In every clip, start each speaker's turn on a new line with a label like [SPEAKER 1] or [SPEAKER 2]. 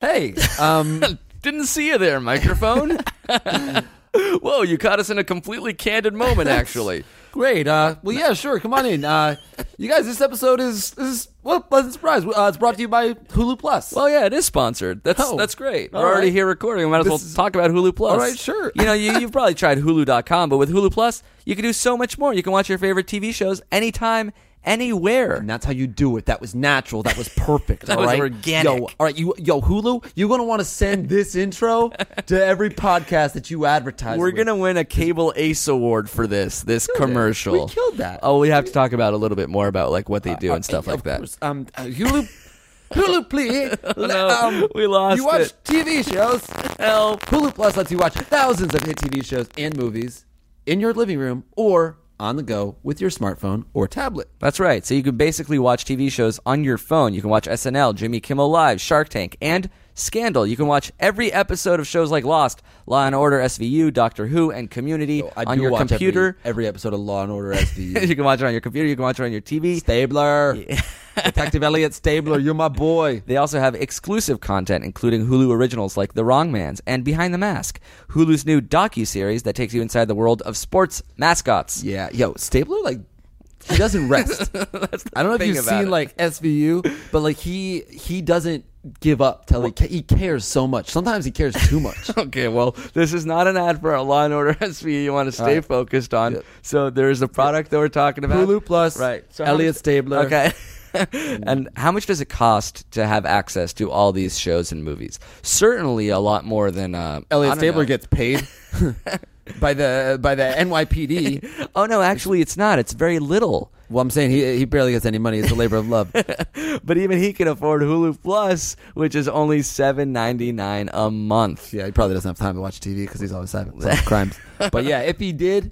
[SPEAKER 1] Hey, um,
[SPEAKER 2] Didn't see you there, microphone. Whoa, you caught us in a completely candid moment, actually.
[SPEAKER 1] great. Uh, well, yeah, sure. Come on in. Uh, you guys, this episode is this is well, pleasant surprise. Uh, it's brought to you by Hulu Plus.
[SPEAKER 2] Well, yeah, it is sponsored. That's
[SPEAKER 1] Oh.
[SPEAKER 2] that's great. We're
[SPEAKER 1] All
[SPEAKER 2] already
[SPEAKER 1] right.
[SPEAKER 2] here recording. We might as well talk about Hulu Plus.
[SPEAKER 1] All right, sure.
[SPEAKER 2] You know, you, you've probably tried Hulu.com, but with Hulu Plus, you can do so much more. You can watch your favorite TV shows anytime, anywhere.
[SPEAKER 1] And that's how you do it. That was natural. That was perfect.
[SPEAKER 2] That
[SPEAKER 1] all
[SPEAKER 2] was
[SPEAKER 1] right?
[SPEAKER 2] organic.
[SPEAKER 1] Yo, all right, you, yo, Hulu, you're gonna want to send this intro to every podcast that you advertise.
[SPEAKER 2] We're
[SPEAKER 1] with.
[SPEAKER 2] gonna win a Cable Ace Award for this this commercial.
[SPEAKER 1] We killed that. Uh,
[SPEAKER 2] Oh, we have to talk about a little bit more about like what they do and stuff like
[SPEAKER 1] Of
[SPEAKER 2] that.
[SPEAKER 1] course, Um, uh, Hulu, Hulu, please. um,
[SPEAKER 2] we lost
[SPEAKER 1] You watch
[SPEAKER 2] it.
[SPEAKER 1] TV shows. Help. Hulu Plus lets you watch thousands of hit TV shows and movies in your living room or on the go with your smartphone or tablet.
[SPEAKER 2] That's right. So you can basically watch TV shows on your phone. You can watch SNL, Jimmy Kimmel Live, Shark Tank, and Scandal. You can watch every episode of shows like Lost, Law and Order, SVU, Doctor Who, and Community
[SPEAKER 1] I
[SPEAKER 2] on
[SPEAKER 1] do
[SPEAKER 2] your
[SPEAKER 1] watch every-
[SPEAKER 2] computer.
[SPEAKER 1] every, episode of Law and Order SVU.
[SPEAKER 2] you can watch it on your computer. You can watch it on your TV.
[SPEAKER 1] Stabler, Detective Elliot Stabler, you're my boy.
[SPEAKER 2] They also have exclusive content, including Hulu originals like The Wrong Man's and Behind the Mask, Hulu's new docu-series that takes you inside the world of sports mascots.
[SPEAKER 1] Yeah, yo, Stabler like he doesn't rest. I don't know if
[SPEAKER 2] thing
[SPEAKER 1] you've
[SPEAKER 2] about
[SPEAKER 1] seen
[SPEAKER 2] it.
[SPEAKER 1] like SVU, but like he he doesn't give up till he, ca- he cares so much. Sometimes he cares too much.
[SPEAKER 2] Okay, well, this is not an ad for a Law and Order SVU you want to stay
[SPEAKER 1] right.
[SPEAKER 2] focused on. So there is a product that we're talking about.
[SPEAKER 1] Hulu Plus,
[SPEAKER 2] right? how
[SPEAKER 1] Elliot
[SPEAKER 2] much-
[SPEAKER 1] Stabler.
[SPEAKER 2] Okay. and how much does it cost to have access to all these shows and movies? Certainly a lot more than uh, I
[SPEAKER 1] Elliot
[SPEAKER 2] don't
[SPEAKER 1] Stabler
[SPEAKER 2] know.
[SPEAKER 1] gets paid by the by the NYPD.
[SPEAKER 2] Oh no, actually, it's not. It's very little.
[SPEAKER 1] Well, I'm saying he he barely gets any money. It's a labor of love.
[SPEAKER 2] But even he can afford Hulu Plus, which is only seven ninety nine a month.
[SPEAKER 1] yeah, he probably doesn't have time to watch TV because he's always having some crimes. But yeah, if he did,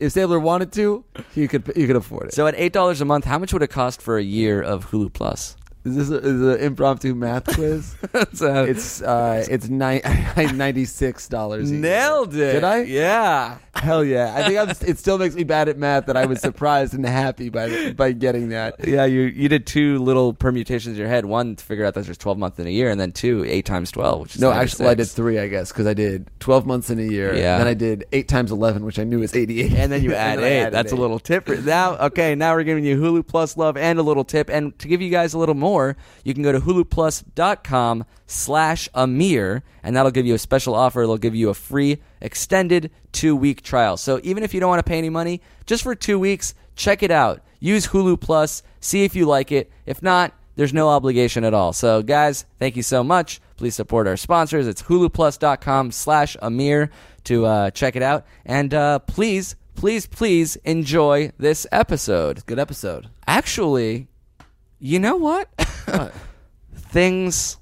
[SPEAKER 1] if Stabler wanted to, he could you could afford it.
[SPEAKER 2] So at eight dollars a month, how much would it cost for a year of Hulu Plus?
[SPEAKER 1] Is this a, is an impromptu math quiz?
[SPEAKER 2] So-
[SPEAKER 1] It's uh, it's ni- ninety six dollars.
[SPEAKER 2] Nailed it.
[SPEAKER 1] Did I?
[SPEAKER 2] Yeah.
[SPEAKER 1] Hell yeah! I think I'm, it still makes me bad at math that I was surprised and happy by by getting that.
[SPEAKER 2] Yeah, you you did two little permutations in your head. One to figure out that there's 12 months in a year, and then two, eight times 12, which is
[SPEAKER 1] No, actually, I did
[SPEAKER 2] 96.
[SPEAKER 1] three, I guess, because I did twelve months in a year.
[SPEAKER 2] Yeah.
[SPEAKER 1] Then I did eight times eleven, which I knew was eighty eight.
[SPEAKER 2] And then you add
[SPEAKER 1] I
[SPEAKER 2] eight.
[SPEAKER 1] added
[SPEAKER 2] That's a little tip. for- Now, okay, now we're giving you Hulu Plus love and a little tip. And to give you guys a little more, you can go to huluplus.com slash Amir, and that'll give you a special offer. It'll give you a free extended two-week trial. So even if you don't want to pay any money, just for two weeks, check it out. Use Hulu Plus, see if you like it. If not, There's no obligation at all. So, guys, thank you so much. Please support our sponsors. It's huluplus.com slash Amir to uh, check it out. And uh, please, please, please enjoy this episode.
[SPEAKER 1] good episode.
[SPEAKER 2] Actually, you know what? Things,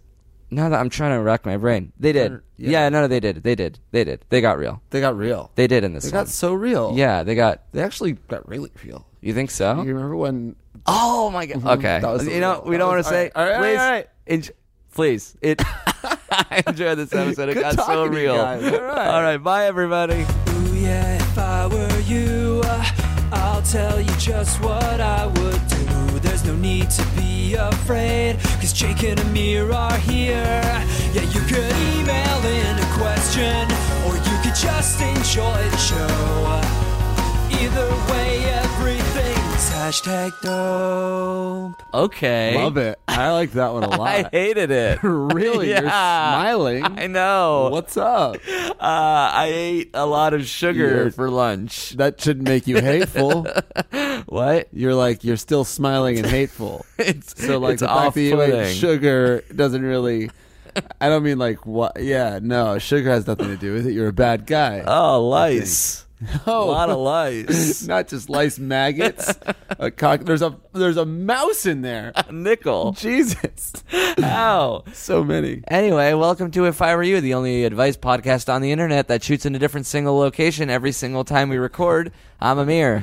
[SPEAKER 2] now that I'm trying to rack my brain, they did. Yeah. no, no, they did. They did. They did. They got real.
[SPEAKER 1] They got real.
[SPEAKER 2] They did in this
[SPEAKER 1] They
[SPEAKER 2] one.
[SPEAKER 1] got so real.
[SPEAKER 2] yeah, they got.
[SPEAKER 1] They actually got really real.
[SPEAKER 2] You think so?
[SPEAKER 1] You remember when?
[SPEAKER 2] Oh my god. Okay.
[SPEAKER 1] That was-
[SPEAKER 2] you know, we
[SPEAKER 1] that
[SPEAKER 2] don't want
[SPEAKER 1] was-
[SPEAKER 2] to say.
[SPEAKER 1] all right, all right,
[SPEAKER 2] please,
[SPEAKER 1] all right.
[SPEAKER 2] enj- please. It. I enjoyed this episode. It
[SPEAKER 1] Good
[SPEAKER 2] got so
[SPEAKER 1] talking to you
[SPEAKER 2] real.
[SPEAKER 1] guys. All right.
[SPEAKER 2] all right. Bye, everybody.
[SPEAKER 3] Ooh, yeah, if I were you, uh, I'll tell you just what I would do. There's no need to be afraid, cause Jake and Amir are here. Yeah, you could email in a question, or you could just enjoy the show. Either way, everything's Hashtag dope.
[SPEAKER 2] Okay.
[SPEAKER 1] Love it. I like that one a
[SPEAKER 2] I
[SPEAKER 1] lot.
[SPEAKER 2] hated it.
[SPEAKER 1] really? You're
[SPEAKER 2] Yeah.
[SPEAKER 1] smiling.
[SPEAKER 2] I know.
[SPEAKER 1] What's up?
[SPEAKER 2] Uh, I ate a lot of sugar
[SPEAKER 1] You're-
[SPEAKER 2] for lunch.
[SPEAKER 1] That shouldn't make you hateful.
[SPEAKER 2] What?
[SPEAKER 1] You're like you're still smiling and hateful.
[SPEAKER 2] It's
[SPEAKER 1] So like
[SPEAKER 2] it's
[SPEAKER 1] the fact that you ate
[SPEAKER 2] off-putting.
[SPEAKER 1] sugar doesn't really. I don't mean like what. Yeah, no, sugar has nothing to do with it. You're a bad guy.
[SPEAKER 2] Oh, lice. A
[SPEAKER 1] Oh.
[SPEAKER 2] lot of lice.
[SPEAKER 1] Not just lice maggots. a cock. There's a there's a mouse in there.
[SPEAKER 2] Nickel.
[SPEAKER 1] Jesus,
[SPEAKER 2] Ow.
[SPEAKER 1] so many.
[SPEAKER 2] Anyway, welcome to If I Were You, the only advice podcast on the internet that shoots in a different single location every single time we record. I'm Amir.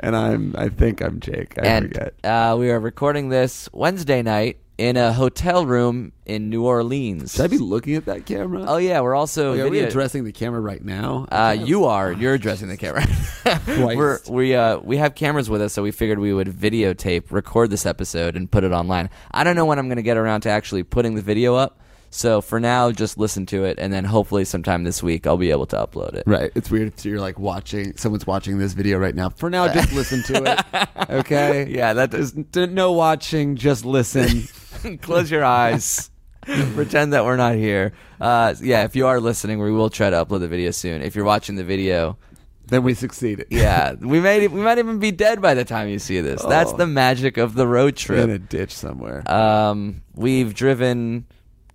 [SPEAKER 1] And I'm I think I'm Jake. I
[SPEAKER 2] and
[SPEAKER 1] forget.
[SPEAKER 2] uh, we are recording this Wednesday night in a hotel room in New Orleans.
[SPEAKER 1] Should I be looking at that camera?
[SPEAKER 2] oh, yeah, we're also.
[SPEAKER 1] Like, are we
[SPEAKER 2] video-
[SPEAKER 1] addressing the camera right now?
[SPEAKER 2] Uh, you are. You're addressing the camera. We're, we uh, we have cameras with us, so we figured we would videotape, record this episode, and put it online. I don't know when I'm going to get around to actually putting the video up. So for now, just listen to it, and then hopefully sometime this week I'll be able to upload it.
[SPEAKER 1] Right. It's weird. So you're like watching, someone's watching this video right now. For now, just listen to it. Okay.
[SPEAKER 2] Yeah, that
[SPEAKER 1] There's n- no watching, just listen.
[SPEAKER 2] Close your eyes. Pretend that we're not here. Uh, yeah, if you are listening, we will try to upload the video soon. If you're watching the video,
[SPEAKER 1] then we succeeded.
[SPEAKER 2] yeah, we may we might even be dead by the time you see this. That's the magic of the road trip.
[SPEAKER 1] In Oh. a ditch somewhere.
[SPEAKER 2] Um, we've driven,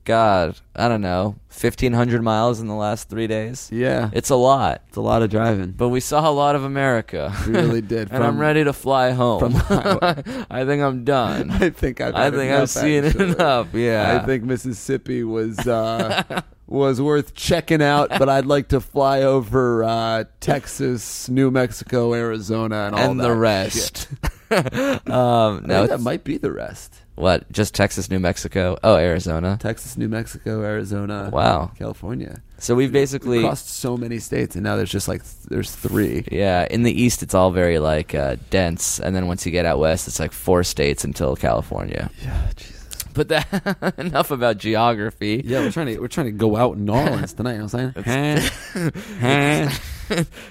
[SPEAKER 2] God, I don't know, fifteen hundred miles in the last three days.
[SPEAKER 1] yeah.
[SPEAKER 2] it's a lot,
[SPEAKER 1] It's a lot of driving.
[SPEAKER 2] but we saw a lot of America.
[SPEAKER 1] We really did.
[SPEAKER 2] and I'm
[SPEAKER 1] From-
[SPEAKER 2] ready to fly home.
[SPEAKER 1] from highway.
[SPEAKER 2] I think I'm done.
[SPEAKER 1] I think I've.
[SPEAKER 2] I
[SPEAKER 1] had
[SPEAKER 2] think
[SPEAKER 1] enough,
[SPEAKER 2] I've seen
[SPEAKER 1] actually.
[SPEAKER 2] enough. Yeah,
[SPEAKER 1] I think Mississippi was uh, was worth checking out, but I'd like to fly over uh, Texas, New Mexico, Arizona, and all
[SPEAKER 2] and
[SPEAKER 1] that
[SPEAKER 2] the
[SPEAKER 1] shit.
[SPEAKER 2] rest. um,
[SPEAKER 1] I
[SPEAKER 2] no,
[SPEAKER 1] think that
[SPEAKER 2] it's-
[SPEAKER 1] might be the rest.
[SPEAKER 2] what? Just Texas, New Mexico. Oh, Arizona.
[SPEAKER 1] Texas, New Mexico, Arizona,
[SPEAKER 2] Wow.
[SPEAKER 1] California.
[SPEAKER 2] So we've basically.
[SPEAKER 1] We crossed so many states, and now there's just like th- there's three.
[SPEAKER 2] yeah, in the east it's all very like uh, dense, and then once you get out west, it's like four states until California.
[SPEAKER 1] Yeah, Jesus.
[SPEAKER 2] But that enough about geography.
[SPEAKER 1] Yeah, we're trying to we're trying to go out in New Orleans tonight. You know what I'm saying?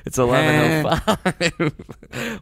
[SPEAKER 2] It's eleven oh five.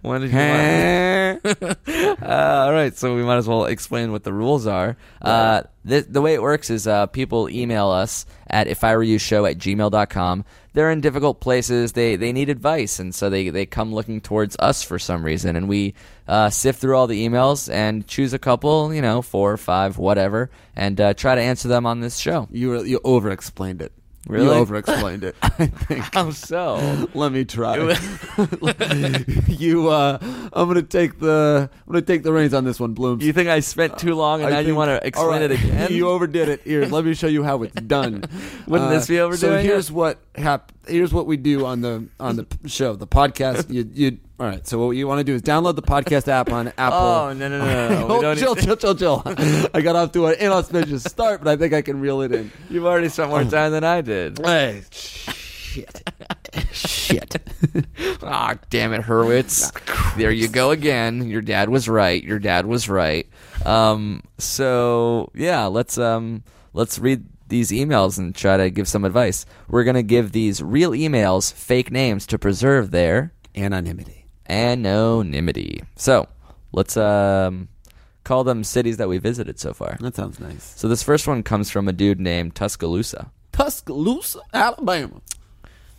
[SPEAKER 2] When did you? learn? uh, all right, so we might as well explain what the rules are. Uh, th- the way it works is uh, people email us at if I were you show at gmail.com. They're in difficult places. They they need advice, and so they they come looking towards us for some reason, and we uh, sift through all the emails and choose a couple, you know, four or five, whatever, and uh, try to answer them on this show.
[SPEAKER 1] you were, you over explained it.
[SPEAKER 2] Really?
[SPEAKER 1] You over explained it. I think.
[SPEAKER 2] How so?
[SPEAKER 1] Let me try. you, uh, I'm gonna take the I'm gonna take the reins on this one, Blooms.
[SPEAKER 2] You think I spent too long, and
[SPEAKER 1] I
[SPEAKER 2] now you
[SPEAKER 1] think-
[SPEAKER 2] want
[SPEAKER 1] all
[SPEAKER 2] to explain it
[SPEAKER 1] right,
[SPEAKER 2] again?
[SPEAKER 1] You overdid it. Here, let me show you how it's done. Uh,
[SPEAKER 2] Wouldn't this be
[SPEAKER 1] So
[SPEAKER 2] overdoing
[SPEAKER 1] here's
[SPEAKER 2] it?
[SPEAKER 1] what hap- Here's what we do on the on the p- show, the podcast. You you all right? So what you want to do is download the podcast app on Apple.
[SPEAKER 2] oh no no no! no. We
[SPEAKER 1] Oh,
[SPEAKER 2] don't
[SPEAKER 1] chill,
[SPEAKER 2] need-
[SPEAKER 1] chill, chill, chill. I got off to an inauspicious start, but I think I can reel it in.
[SPEAKER 2] You've already spent more time than I did.
[SPEAKER 1] Hey, Oh. eh, shit, shit. Ah,
[SPEAKER 2] Ah, damn it, Hurwitz! there you go again. Your dad was right. Your dad was right. Um, so yeah, let's um, let's read these emails and try to give some advice. We're gonna give these real emails fake names to preserve their
[SPEAKER 1] Anonymity.
[SPEAKER 2] anonymity. So let's um, call them cities that we visited so far.
[SPEAKER 1] That sounds nice.
[SPEAKER 2] So this first one comes from a dude named Tuscaloosa.
[SPEAKER 1] Tuscaloosa, Alabama.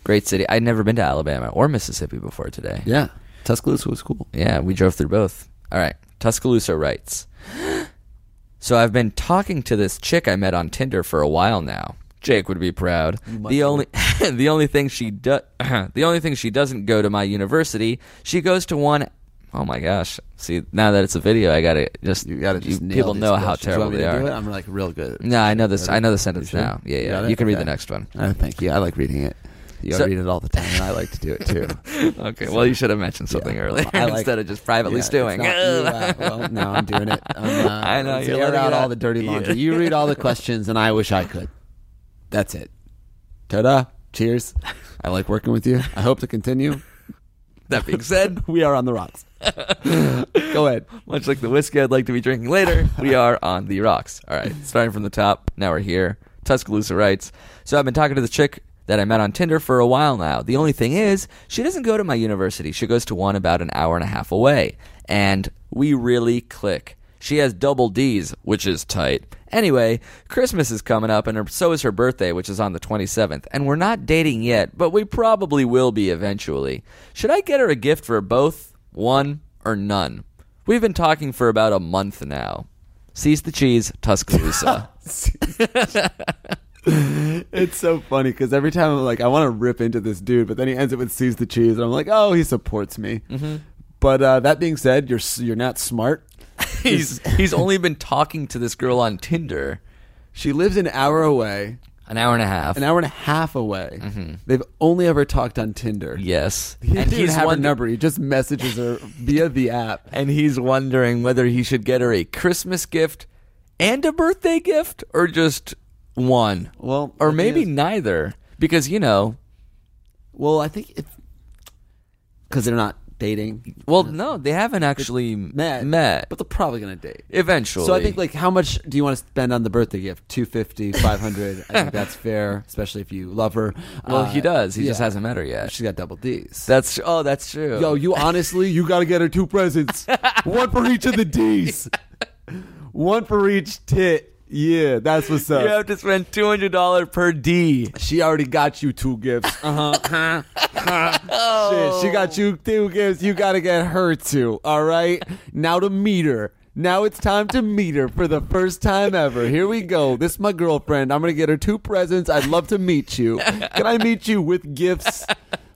[SPEAKER 2] Great city. I'd never been to Alabama or Mississippi before today.
[SPEAKER 1] Yeah, Tuscaloosa was cool.
[SPEAKER 2] Yeah, we drove through both. All right. Tuscaloosa writes So I've been talking to this chick I met on Tinder for a while now. Jake would be proud. The only the only thing she do- the only thing she doesn't go to my university, she goes to one Oh my gosh. See, now that it's a video, I got to just
[SPEAKER 1] You gotta just nail
[SPEAKER 2] people
[SPEAKER 1] these
[SPEAKER 2] know how
[SPEAKER 1] questions. You
[SPEAKER 2] terrible
[SPEAKER 1] want me
[SPEAKER 2] they
[SPEAKER 1] to
[SPEAKER 2] are.
[SPEAKER 1] do it? I'm like real good. at-
[SPEAKER 2] No, I know this. I know the sentence
[SPEAKER 1] sure?
[SPEAKER 2] now. Yeah,
[SPEAKER 1] You
[SPEAKER 2] yeah.
[SPEAKER 1] got it?
[SPEAKER 2] You can read the
[SPEAKER 1] Okay.
[SPEAKER 2] next one.
[SPEAKER 1] I thank you. I like reading it. You
[SPEAKER 2] So-
[SPEAKER 1] read it all the time, and I like to do it too.
[SPEAKER 2] Okay. Well, you should have mentioned something earlier
[SPEAKER 1] I like-
[SPEAKER 2] instead of just privately
[SPEAKER 1] Yeah,
[SPEAKER 2] stewing.
[SPEAKER 1] it's not you, uh, well, no, I'm doing it. I'm, uh,
[SPEAKER 2] I know,
[SPEAKER 1] let's
[SPEAKER 2] you're
[SPEAKER 1] air
[SPEAKER 2] letting
[SPEAKER 1] out
[SPEAKER 2] it
[SPEAKER 1] all
[SPEAKER 2] out.
[SPEAKER 1] the dirty laundry. You read all the questions, and I wish I could. That's it. Ta-da! Cheers. I like working with you. I hope to continue.
[SPEAKER 2] that being said,
[SPEAKER 1] We are on the rocks. Go ahead.
[SPEAKER 2] much like the whiskey I'd like to be drinking later, we are on the rocks. All right. Starting from the top. Now we're here. Tuscaloosa writes. So I've been talking to the chick. that I met on Tinder for a while now. The only thing is, she doesn't go to my university. She goes to one about an hour and a half away. And we really click. She has double D's, which is tight. Anyway, Christmas is coming up, and her, so is her birthday, which is on the 27th. And we're not dating yet, but we probably will be eventually. Should I get her a gift for both, one, or none? We've been talking for about a month now. Seize the cheese, Tuscaloosa.
[SPEAKER 1] It's so funny because every time I'm like, I want to rip into this dude, but then he ends it with "sees the cheese," and I'm like, oh, he supports me. But uh, that being said, you're s- you're not smart.
[SPEAKER 2] he's he's only been talking to this girl on Tinder
[SPEAKER 1] She lives an hour away,
[SPEAKER 2] an hour and a half.
[SPEAKER 1] an hour and a half away. They've only ever talked on Tinder.
[SPEAKER 2] yes,
[SPEAKER 1] he didn't
[SPEAKER 2] he's
[SPEAKER 1] have
[SPEAKER 2] wonder-
[SPEAKER 1] her number. He just messages her via the app.
[SPEAKER 2] and he's wondering whether he should get her a Christmas gift and a birthday gift or just one.
[SPEAKER 1] Well,
[SPEAKER 2] or
[SPEAKER 1] the thing
[SPEAKER 2] maybe
[SPEAKER 1] is-
[SPEAKER 2] neither because you know.
[SPEAKER 1] Well, I think if because they're not dating,
[SPEAKER 2] Well, no, they haven't actually
[SPEAKER 1] met,
[SPEAKER 2] met.
[SPEAKER 1] but they're probably gonna date.
[SPEAKER 2] eventually.
[SPEAKER 1] So I think like how much do you want to spend on the birthday gift? 250, 500. I think that's fair, especially if you love her.
[SPEAKER 2] well,
[SPEAKER 1] Uh,
[SPEAKER 2] he does. He
[SPEAKER 1] yeah.
[SPEAKER 2] just hasn't met her yet.
[SPEAKER 1] She's got double D's.
[SPEAKER 2] That's oh, that's true.
[SPEAKER 1] Yo, you honestly, you got to get her two presents. One for each of the D's. One for each tit. Yeah, that's what's
[SPEAKER 2] You
[SPEAKER 1] up.
[SPEAKER 2] have to spend two hundred dollar per D.
[SPEAKER 1] She already got you two gifts. Uh huh. Shit, she got you two gifts. You got to get her two. All right. Now to meet her. Now it's time to meet her for the first time ever. Here we go. This is my girlfriend. I'm gonna get her two presents. I'd love to meet you. Can I meet you with gifts,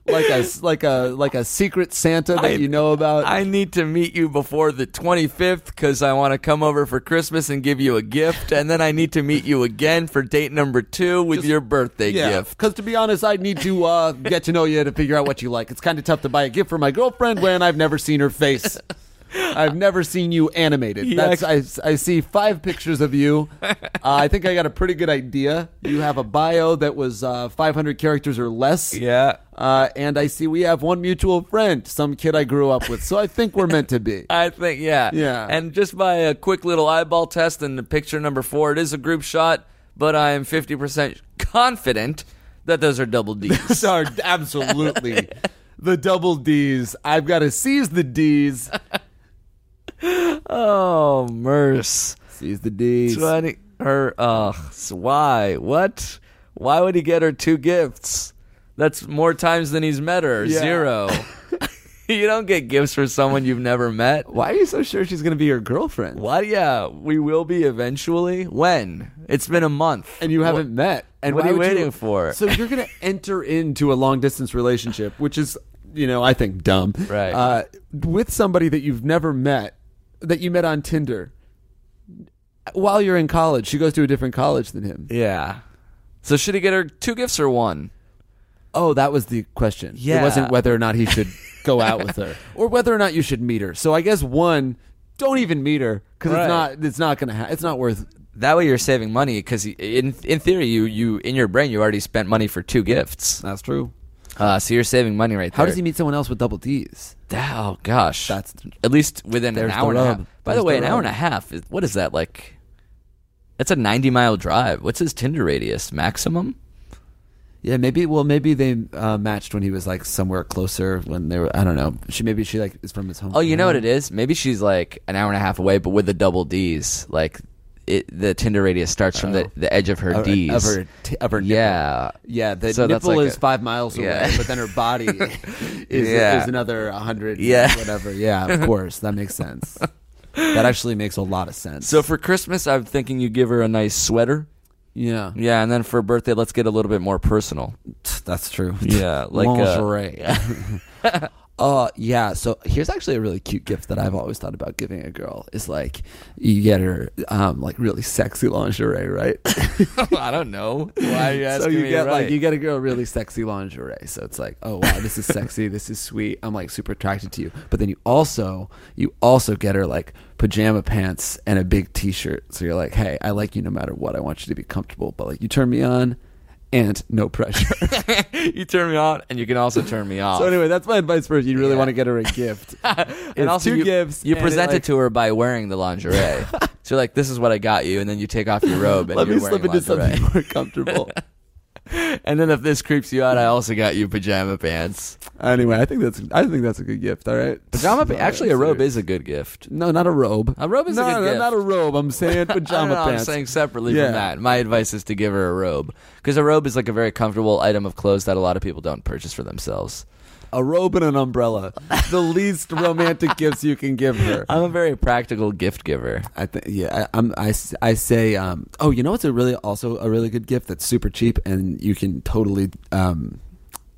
[SPEAKER 1] like a like a like a secret Santa that
[SPEAKER 2] I-
[SPEAKER 1] you know about?
[SPEAKER 2] I need to meet you before the 25th because I want to come over for Christmas and give you a gift, and then I need to meet you again for date number two with your birthday gift.
[SPEAKER 1] Because to be honest, I need to uh, get to know you to figure out what you like. It's kind of tough to buy a gift for my girlfriend when I've never seen her face. I've never seen you animated.
[SPEAKER 2] Yeah.
[SPEAKER 1] That's I, I see five pictures of you. Uh, I think I got a pretty good idea. You have a bio that was uh, 500 characters or less.
[SPEAKER 2] Yeah.
[SPEAKER 1] Uh, and I see we have one mutual friend, some kid I grew up with. So I think we're meant to be.
[SPEAKER 2] I think, yeah.
[SPEAKER 1] Yeah.
[SPEAKER 2] And just by a quick little eyeball test and the picture number four, it is a group shot, but I am 50% confident that those are double D's.
[SPEAKER 1] are absolutely the double D's. I've got to seize the D's.
[SPEAKER 2] oh, merce.
[SPEAKER 1] Seize the D's.
[SPEAKER 2] 20, her, uh, why? What? Why would he get her two gifts? That's more times than he's met her.
[SPEAKER 1] Yeah.
[SPEAKER 2] Zero. you don't get gifts for someone you've never met.
[SPEAKER 1] Why are you so sure she's going to be your girlfriend?
[SPEAKER 2] Why? Yeah, we will be eventually. When? It's been a month.
[SPEAKER 1] And you haven't met. And
[SPEAKER 2] what
[SPEAKER 1] why
[SPEAKER 2] are you
[SPEAKER 1] would
[SPEAKER 2] waiting for?
[SPEAKER 1] So you're going to enter into a long distance relationship, which is, you know, I think dumb.
[SPEAKER 2] Right.
[SPEAKER 1] Uh, with somebody that you've never met, that you met on Tinder. While you're in college, she goes to a different college than him.
[SPEAKER 2] Yeah. So should he get her two gifts or one?
[SPEAKER 1] Oh, that was the question.
[SPEAKER 2] Yeah.
[SPEAKER 1] It wasn't whether or not he should go out with her or whether or not you should meet her. So I guess one, don't even meet her because
[SPEAKER 2] Right.
[SPEAKER 1] it's not it's not going to ha- it's not worth
[SPEAKER 2] That way you're saving money because in in theory you you in your brain you already spent money for two gifts.
[SPEAKER 1] That's true.
[SPEAKER 2] Uh, so you're saving money right
[SPEAKER 1] How
[SPEAKER 2] there.
[SPEAKER 1] does he meet someone else with double D's?
[SPEAKER 2] Oh gosh,
[SPEAKER 1] That's-
[SPEAKER 2] at least within an
[SPEAKER 1] There's the
[SPEAKER 2] hour and a half.
[SPEAKER 1] rub.
[SPEAKER 2] By the
[SPEAKER 1] There's
[SPEAKER 2] way,
[SPEAKER 1] the
[SPEAKER 2] an hour
[SPEAKER 1] rub.
[SPEAKER 2] and a half. Is, what is that like? That's a 90 mile drive. What's his Tinder radius maximum?
[SPEAKER 1] Yeah, maybe. Well, maybe they uh, matched when he was like somewhere closer. When they were, I don't know. She maybe she like is from his home.
[SPEAKER 2] Oh, you know what it is? Maybe she's like an hour and a half away, but with the double D's, like it, the Tinder radius starts from the, the edge of her
[SPEAKER 1] Oh. Of her-
[SPEAKER 2] D's.
[SPEAKER 1] of her t- of her nipple.
[SPEAKER 2] Yeah,
[SPEAKER 1] Yeah, the
[SPEAKER 2] So that's
[SPEAKER 1] nipple
[SPEAKER 2] like
[SPEAKER 1] is
[SPEAKER 2] a-
[SPEAKER 1] five miles away,
[SPEAKER 2] Yeah.
[SPEAKER 1] but then her body is,
[SPEAKER 2] Yeah.
[SPEAKER 1] is another hundred.
[SPEAKER 2] Yeah.
[SPEAKER 1] whatever. Yeah, of course, that makes sense. That actually makes a lot of sense.
[SPEAKER 2] So for Christmas, I'm thinking you give her a nice sweater.
[SPEAKER 1] yeah,
[SPEAKER 2] Yeah, and then for birthday, let's get a little bit more personal.
[SPEAKER 1] that's true.
[SPEAKER 2] Yeah, like, uh,
[SPEAKER 1] lingerie. Uh yeah, so here's actually a really cute gift that I've always thought about giving a girl is like you get her um like really sexy lingerie, right?
[SPEAKER 2] I don't know why you
[SPEAKER 1] so you get like you get a girl really sexy lingerie so it's like oh wow this is sexy this is sweet i'm like super attracted to you but then you also you also get her like pajama pants and a big t-shirt so you're like hey i like you no matter what i want you to be comfortable but like you turn me on and no pressure
[SPEAKER 2] you turn me on, and you can also turn me off.
[SPEAKER 1] so anyway that's my advice for you you really
[SPEAKER 2] Yeah.
[SPEAKER 1] want to get her a gift It's
[SPEAKER 2] and also
[SPEAKER 1] two
[SPEAKER 2] you,
[SPEAKER 1] gifts
[SPEAKER 2] You
[SPEAKER 1] and
[SPEAKER 2] present it,
[SPEAKER 1] like-
[SPEAKER 2] to her by wearing the lingerie. so you're like, "This is what I got you," and then you take off your robe and
[SPEAKER 1] let
[SPEAKER 2] you're
[SPEAKER 1] me
[SPEAKER 2] wearing
[SPEAKER 1] slip into
[SPEAKER 2] lingerie.
[SPEAKER 1] something more comfortable
[SPEAKER 2] And then if this creeps you out, I also got you pajama pants.
[SPEAKER 1] Anyway, I think that's I think that's a good gift. All right,
[SPEAKER 2] Pajama
[SPEAKER 1] No,
[SPEAKER 2] pa- actually a
[SPEAKER 1] that's
[SPEAKER 2] robe
[SPEAKER 1] serious.
[SPEAKER 2] is a good gift.
[SPEAKER 1] no, not a robe.
[SPEAKER 2] A robe is a
[SPEAKER 1] no,
[SPEAKER 2] good
[SPEAKER 1] no,
[SPEAKER 2] gift.
[SPEAKER 1] not a robe. I'm saying
[SPEAKER 2] I
[SPEAKER 1] pajama
[SPEAKER 2] don't know,
[SPEAKER 1] pants.
[SPEAKER 2] I'm saying separately
[SPEAKER 1] Yeah.
[SPEAKER 2] from that. My advice is to give her a robe because a robe is like a very comfortable item of clothes that a lot of people don't purchase for themselves.
[SPEAKER 1] a robe and an umbrella. The least romantic gifts you can give her.
[SPEAKER 2] I'm a very practical gift giver.
[SPEAKER 1] I think yeah. I, I'm I, s- I say um. Oh, you know what's a really also a really good gift that's super cheap and you can totally um.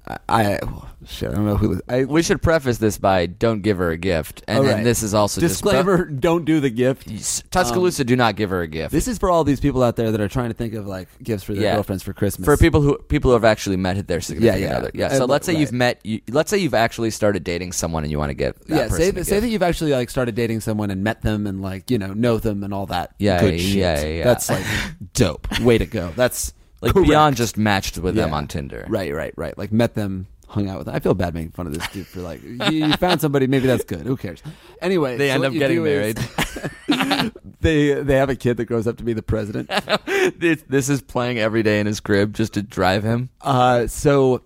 [SPEAKER 1] I, I shit. I don't know who I.
[SPEAKER 2] We should preface this by don't give her a gift, and
[SPEAKER 1] All
[SPEAKER 2] then
[SPEAKER 1] right.
[SPEAKER 2] this is also just pre-
[SPEAKER 1] disclaimer: Um, Don't do the gift.
[SPEAKER 2] S- Tuscaloosa, do not give her a gift.
[SPEAKER 1] This is for all these people out there that are trying to think of like gifts for their
[SPEAKER 2] Yeah.
[SPEAKER 1] girlfriends for Christmas.
[SPEAKER 2] for people who people who have actually met their significant
[SPEAKER 1] yeah.
[SPEAKER 2] other. Yeah.
[SPEAKER 1] Uh,
[SPEAKER 2] So
[SPEAKER 1] but-
[SPEAKER 2] let's say you've
[SPEAKER 1] right.
[SPEAKER 2] met. You, let's say you've actually started dating someone and you want to get. That
[SPEAKER 1] yeah,
[SPEAKER 2] person
[SPEAKER 1] say
[SPEAKER 2] a
[SPEAKER 1] that, say
[SPEAKER 2] gift.
[SPEAKER 1] that you've actually like started dating someone and met them and like you know know them and all that.
[SPEAKER 2] Yeah,
[SPEAKER 1] good
[SPEAKER 2] yeah,
[SPEAKER 1] shit.
[SPEAKER 2] yeah, yeah.
[SPEAKER 1] That's like dope. Way to go. That's
[SPEAKER 2] like
[SPEAKER 1] correct.
[SPEAKER 2] beyond just matched with them
[SPEAKER 1] Yeah.
[SPEAKER 2] on Tinder.
[SPEAKER 1] Right, right, right. Like met them, hung out with them. I feel bad making fun of this dude for like you, you found somebody. Maybe that's good. Who cares? Anyway,
[SPEAKER 2] They
[SPEAKER 1] so
[SPEAKER 2] end
[SPEAKER 1] what
[SPEAKER 2] up
[SPEAKER 1] you
[SPEAKER 2] getting
[SPEAKER 1] do is-
[SPEAKER 2] married.
[SPEAKER 1] they they have a kid that grows up to be the president.
[SPEAKER 2] this, this is playing every day in his crib just to drive him.
[SPEAKER 1] Uh, so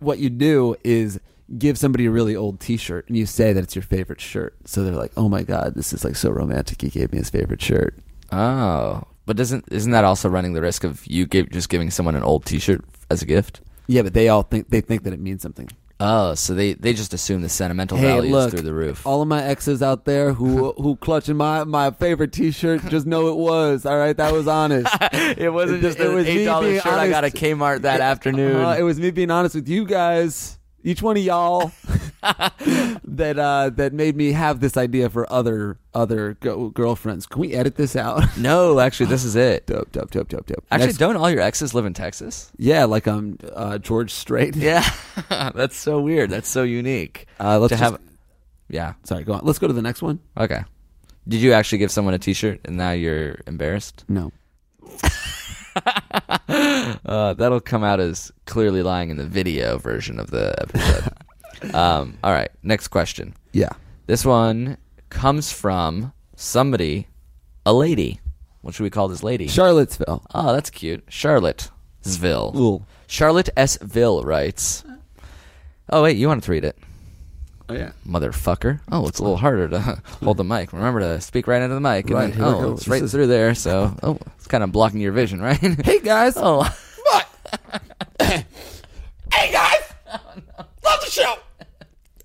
[SPEAKER 1] what you do is give somebody a really old T-shirt and you say that it's your favorite shirt. So they're like, "Oh my god, this is like so romantic. He gave me his favorite shirt."
[SPEAKER 2] Oh, but doesn't isn't that also running the risk of you give, just giving someone an old T-shirt as a gift?
[SPEAKER 1] Yeah, but they all think they think that it means something.
[SPEAKER 2] Oh, so they they just assume the sentimental
[SPEAKER 1] Hey,
[SPEAKER 2] value
[SPEAKER 1] look,
[SPEAKER 2] is through the roof.
[SPEAKER 1] all of my exes out there who who clutching my my favorite T-shirt, just know it was all right. That was honest.
[SPEAKER 2] it wasn't
[SPEAKER 1] just an $8 shirt I got at
[SPEAKER 2] Kmart that afternoon.
[SPEAKER 1] Uh, it was me being honest with you guys, each one of y'all, that uh, that made me have this idea for other other go- girlfriends. Can we edit this out?
[SPEAKER 2] no, actually, this is it.
[SPEAKER 1] dope, dope, dope, dope, dope.
[SPEAKER 2] Actually,
[SPEAKER 1] Next-
[SPEAKER 2] don't all your exes live in Texas?
[SPEAKER 1] yeah, like um uh, George Strait.
[SPEAKER 2] Yeah, that's so weird. That's so unique.
[SPEAKER 1] Uh, let's
[SPEAKER 2] to
[SPEAKER 1] just-
[SPEAKER 2] have, yeah.
[SPEAKER 1] Sorry, go on. Let's go to the next one.
[SPEAKER 2] Okay. Did you actually give someone a T-shirt and now you're embarrassed?
[SPEAKER 1] No.
[SPEAKER 2] Uh, that'll come out as clearly lying in the video version of the episode. um, all right, next question.
[SPEAKER 1] Yeah.
[SPEAKER 2] This one comes from somebody, a lady. What should we call this lady?
[SPEAKER 1] Charlottesville.
[SPEAKER 2] oh, that's cute. Charlottesville.
[SPEAKER 1] Ooh.
[SPEAKER 2] Charlotte S. Ville writes. Oh, wait, you want to read it?
[SPEAKER 1] Oh yeah.
[SPEAKER 2] motherfucker. Oh, it's a little harder to hold the mic. Remember to speak right into the mic. And
[SPEAKER 1] Right,
[SPEAKER 2] then-
[SPEAKER 1] here we
[SPEAKER 2] oh,
[SPEAKER 1] go.
[SPEAKER 2] it's
[SPEAKER 1] This
[SPEAKER 2] right
[SPEAKER 1] is-
[SPEAKER 2] through there. So, oh, it's kind of blocking your vision, right?
[SPEAKER 1] Hey guys.
[SPEAKER 2] oh,
[SPEAKER 4] Hey guys, love the show.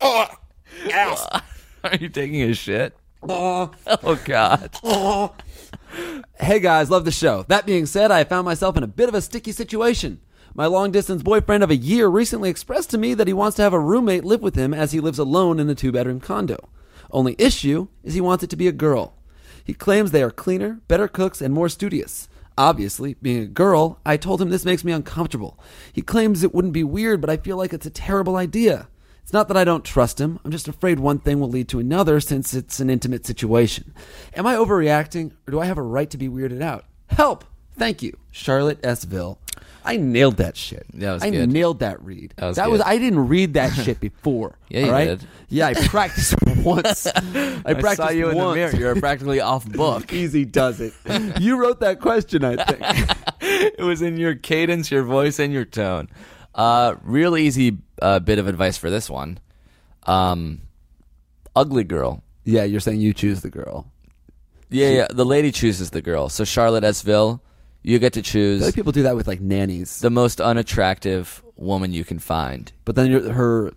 [SPEAKER 4] Oh,
[SPEAKER 1] uh,
[SPEAKER 4] ass.
[SPEAKER 2] are you taking a shit? Oh God!
[SPEAKER 1] Hey guys, love the show. That being said, I found myself in a bit of a sticky situation. My long distance boyfriend of a year recently expressed to me that he wants to have a roommate live with him as he lives alone in a two bedroom condo. Only issue is he wants it to be a girl. He claims they are cleaner, better cooks, and more studious. Obviously, being a girl, I told him this makes me uncomfortable. He claims it wouldn't be weird, but I feel like it's a terrible idea. It's not that I don't trust him. I'm just afraid one thing will lead to another since it's an intimate situation. Am I overreacting or do I have a right to be weirded out? Help! Thank you, Charlotte S. Ville. I nailed that shit.
[SPEAKER 2] That was
[SPEAKER 1] I
[SPEAKER 2] good.
[SPEAKER 1] nailed that read. That
[SPEAKER 2] was good.
[SPEAKER 1] I didn't read that shit before.
[SPEAKER 2] Yeah, you
[SPEAKER 1] all right?
[SPEAKER 2] did.
[SPEAKER 1] Yeah, I practiced once. I practiced
[SPEAKER 2] saw you in
[SPEAKER 1] once.
[SPEAKER 2] the mirror. You're practically off book.
[SPEAKER 1] Easy does it. You wrote that question, I think.
[SPEAKER 2] it was in your cadence, your voice, and your tone. Uh, real easy uh, bit of advice for this one. Um, ugly girl.
[SPEAKER 1] yeah, you're saying you choose the girl.
[SPEAKER 2] Yeah, yeah. The lady chooses the girl. So Charlotte S. Ville, you get to choose.
[SPEAKER 1] Like people do that with like nannies,
[SPEAKER 2] the most unattractive woman you can find.
[SPEAKER 1] but then your her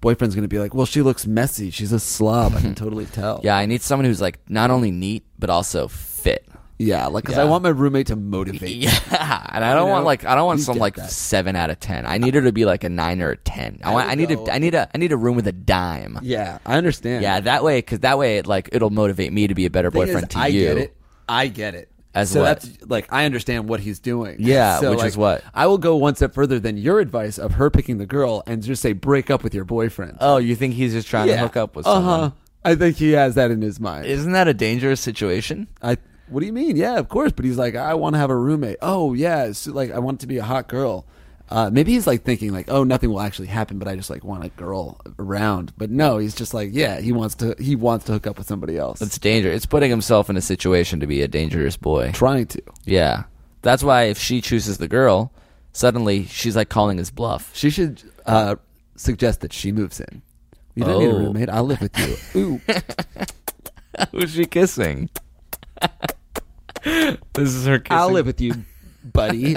[SPEAKER 1] boyfriend's gonna be like, "Well, she looks messy. She's a slob. I can totally tell."
[SPEAKER 2] Yeah, I need someone who's like not only neat but also fit.
[SPEAKER 1] yeah. Like, because I
[SPEAKER 2] Yeah.
[SPEAKER 1] want my roommate to motivate.
[SPEAKER 2] Yeah, and I don't
[SPEAKER 1] You
[SPEAKER 2] want
[SPEAKER 1] know,
[SPEAKER 2] like I don't want
[SPEAKER 1] you
[SPEAKER 2] some
[SPEAKER 1] get
[SPEAKER 2] like
[SPEAKER 1] that.
[SPEAKER 2] seven out of ten. I need her to be like a nine or a ten. I want. I need a. I need a. I need a room with a dime. Yeah,
[SPEAKER 1] Yeah, I understand.
[SPEAKER 2] that way, because that way, it like it'll motivate me to be a better
[SPEAKER 1] Thing is,
[SPEAKER 2] boyfriend to
[SPEAKER 1] I
[SPEAKER 2] you.
[SPEAKER 1] get it. I get it.
[SPEAKER 2] As
[SPEAKER 1] so
[SPEAKER 2] what?
[SPEAKER 1] that's like I understand what he's doing.
[SPEAKER 2] Yeah,
[SPEAKER 1] So,
[SPEAKER 2] which
[SPEAKER 1] like,
[SPEAKER 2] is what?
[SPEAKER 1] I will go one step further than your advice of her picking the girl and just say break up with your boyfriend.
[SPEAKER 2] Oh, you think he's just trying to
[SPEAKER 1] Yeah.
[SPEAKER 2] hook up with someone?
[SPEAKER 1] Uh-huh. I think he has that in his mind.
[SPEAKER 2] Isn't that a dangerous situation?
[SPEAKER 1] I. What do you mean? Yeah, of course. But he's like, I want to have a roommate. Oh, yeah. it's like, I want it to be a hot girl. Uh, maybe he's like thinking like, oh, nothing will actually happen, but I just like want a girl around. But no, he's just like, yeah, he wants to. He wants to hook up with somebody else.
[SPEAKER 2] It's dangerous. It's putting himself in a situation to be a dangerous boy.
[SPEAKER 1] trying to.
[SPEAKER 2] Yeah. That's why if she chooses the girl, Suddenly, she's like calling his bluff.
[SPEAKER 1] She should uh, suggest that she moves in. You don't need a
[SPEAKER 2] Oh.
[SPEAKER 1] roommate. I'll live with you. Ooh.
[SPEAKER 2] Who's she kissing? this is her kissing.
[SPEAKER 1] I'll live with you, buddy.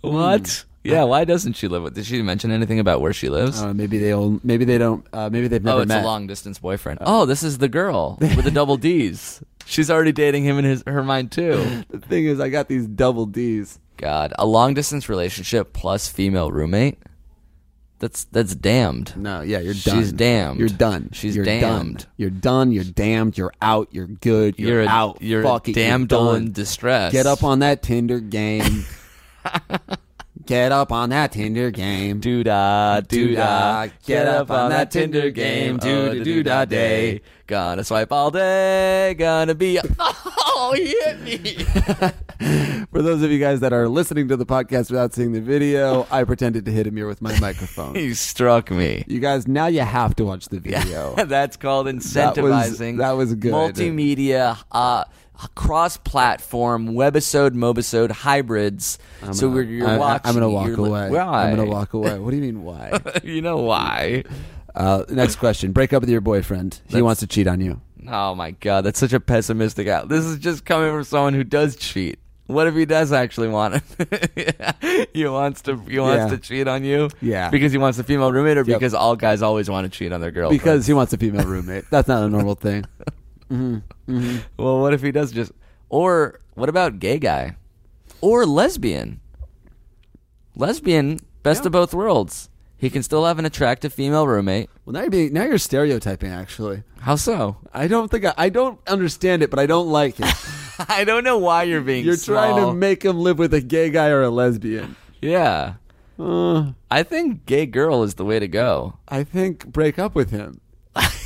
[SPEAKER 2] What? Yeah, why doesn't she live with? Did she mention anything about where she lives?
[SPEAKER 1] Uh, maybe they all, maybe they don't. Uh, maybe they've never
[SPEAKER 2] oh, it's
[SPEAKER 1] met.
[SPEAKER 2] a long distance boyfriend. Oh, this is the girl with the double D's. She's already dating him in his her mind too.
[SPEAKER 1] the thing is, I got these double D's.
[SPEAKER 2] God, a long distance relationship plus female roommate. That's that's damned.
[SPEAKER 1] No, yeah, you're
[SPEAKER 2] She's
[SPEAKER 1] done.
[SPEAKER 2] damned.
[SPEAKER 1] You're done.
[SPEAKER 2] She's
[SPEAKER 1] you're
[SPEAKER 2] damned.
[SPEAKER 1] Done. You're done. You're damned. You're out. You're good.
[SPEAKER 2] You're
[SPEAKER 1] You're,
[SPEAKER 2] a-
[SPEAKER 1] out.
[SPEAKER 2] you're a
[SPEAKER 1] Fuck it,
[SPEAKER 2] damsel
[SPEAKER 1] done.
[SPEAKER 2] in distress.
[SPEAKER 1] Get up on that Tinder game. Get up on that Tinder game.
[SPEAKER 2] Do da do da,
[SPEAKER 1] Get up on that Tinder game.
[SPEAKER 2] Do da do da Oh, day. Gonna swipe all day. Gonna be. Oh, he hit me.
[SPEAKER 1] For those of you guys that are listening to the podcast without seeing the video, I pretended to hit him here with my microphone.
[SPEAKER 2] he struck me.
[SPEAKER 1] You guys, now you have to watch the video.
[SPEAKER 2] That's called
[SPEAKER 1] That was-
[SPEAKER 2] incentivizing.
[SPEAKER 1] that was good.
[SPEAKER 2] Multimedia, uh, cross-platform, webisode, mobisode hybrids. so we're, you're
[SPEAKER 1] I,
[SPEAKER 2] watching.
[SPEAKER 1] am gonna walk
[SPEAKER 2] you're li-
[SPEAKER 1] away.
[SPEAKER 2] Why?
[SPEAKER 1] I'm gonna walk away. What do you mean why?
[SPEAKER 2] you know why?
[SPEAKER 1] Uh, next question. Break up with your boyfriend. He wants to cheat on you.
[SPEAKER 2] Oh my god, that's such a pessimistic out. This is just coming from someone who does cheat. What if he does actually want it? he wants to. He wants
[SPEAKER 1] Yeah.
[SPEAKER 2] to cheat on you.
[SPEAKER 1] Yeah.
[SPEAKER 2] because he wants a female roommate, or because all guys always want to cheat on their girlfriend.
[SPEAKER 1] Because he wants a female roommate. That's not a normal thing.
[SPEAKER 2] well, what if he does just? Or what about gay guy, or lesbian? Lesbian, best of both worlds. He can still have an attractive female roommate.
[SPEAKER 1] Well, now you're being now you're stereotyping. Actually,
[SPEAKER 2] How so?
[SPEAKER 1] I don't think I, I don't understand it, but I don't like it.
[SPEAKER 2] I don't know why you're being.
[SPEAKER 1] You're trying to
[SPEAKER 2] small.
[SPEAKER 1] make him live with a gay guy or a lesbian.
[SPEAKER 2] Yeah.
[SPEAKER 1] Uh.
[SPEAKER 2] I think gay girl is the way to go.
[SPEAKER 1] I think break up with him.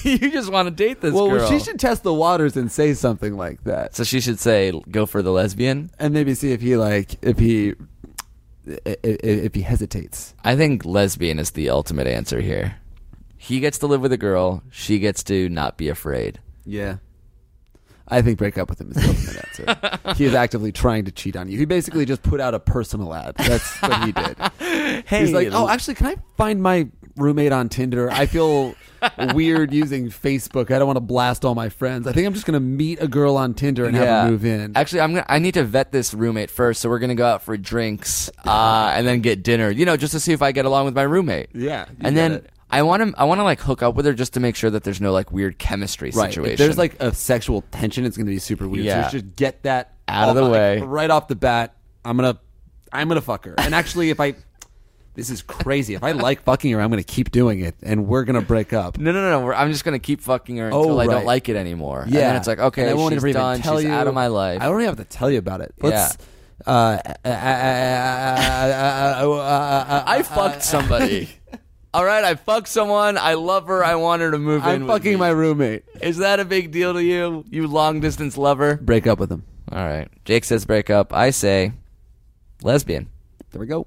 [SPEAKER 2] you just want to date this
[SPEAKER 1] Well,
[SPEAKER 2] girl.
[SPEAKER 1] she should test the waters and say something like that,
[SPEAKER 2] So she should say, "Go for the lesbian."
[SPEAKER 1] and maybe see if he like if he i- i- if he hesitates.
[SPEAKER 2] I think lesbian is the ultimate answer here. He gets to live with a girl. She gets to not be afraid.
[SPEAKER 1] Yeah. I think break up with him is the ultimate answer. He is actively trying to cheat on you. He basically just put out a personal ad. That's what he did.
[SPEAKER 2] Hey,
[SPEAKER 1] He's like, oh, actually, can I find my roommate on Tinder? I feel weird using Facebook. I don't want to blast all my friends. I think I'm just going to meet a girl on Tinder and have her move in.
[SPEAKER 2] Actually, I'm gonna. I need to vet this roommate first, so we're gonna go out for drinks uh, and then get dinner. You know, just to see if I get along with my roommate.
[SPEAKER 1] Yeah, you
[SPEAKER 2] and then
[SPEAKER 1] get it.
[SPEAKER 2] I want to. I want to like hook up with her just to make sure that there's no like weird chemistry
[SPEAKER 1] Right.
[SPEAKER 2] situation.
[SPEAKER 1] If there's like a sexual tension, it's going to be super weird. So
[SPEAKER 2] Yeah.
[SPEAKER 1] let's just get that
[SPEAKER 2] Out of the
[SPEAKER 1] off-
[SPEAKER 2] way.
[SPEAKER 1] right off the bat. I'm gonna, I'm gonna fuck her. And actually, if I, this is crazy. If I like fucking her, I'm gonna keep doing it, and we're gonna break up.
[SPEAKER 2] No, no, no. no. We're, I'm just gonna keep fucking her until
[SPEAKER 1] Oh,
[SPEAKER 2] I
[SPEAKER 1] right.
[SPEAKER 2] don't like it anymore. and
[SPEAKER 1] Yeah,
[SPEAKER 2] then it's like okay,
[SPEAKER 1] And I won't
[SPEAKER 2] she's
[SPEAKER 1] ever even
[SPEAKER 2] done.
[SPEAKER 1] tell
[SPEAKER 2] she's
[SPEAKER 1] you.
[SPEAKER 2] out of my life.
[SPEAKER 1] I don't even have to tell you about it. Let's,
[SPEAKER 2] Yeah.
[SPEAKER 1] uh, uh, uh, uh, uh, uh, uh,
[SPEAKER 2] I fucked somebody. All right, I fucked someone. I love her. I want her to move in.
[SPEAKER 1] I'm
[SPEAKER 2] with
[SPEAKER 1] fucking
[SPEAKER 2] me.
[SPEAKER 1] my roommate.
[SPEAKER 2] Is that a big deal to you? You long distance lover.
[SPEAKER 1] Break up with him.
[SPEAKER 2] All right. Jake says break up. I say lesbian.
[SPEAKER 1] There we go.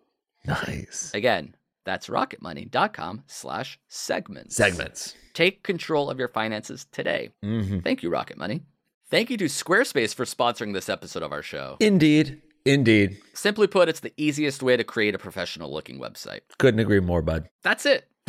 [SPEAKER 5] Nice.
[SPEAKER 6] Again, that's rocketmoney.com slash segments.
[SPEAKER 5] Segments. Mm-hmm.
[SPEAKER 6] Take control of your finances today. Thank you, Rocket Money. Thank you to Squarespace for sponsoring this episode of our show.
[SPEAKER 5] Indeed. Indeed.
[SPEAKER 6] Simply put, it's the easiest way to create a professional looking website.
[SPEAKER 5] Couldn't agree more, bud.
[SPEAKER 6] That's it.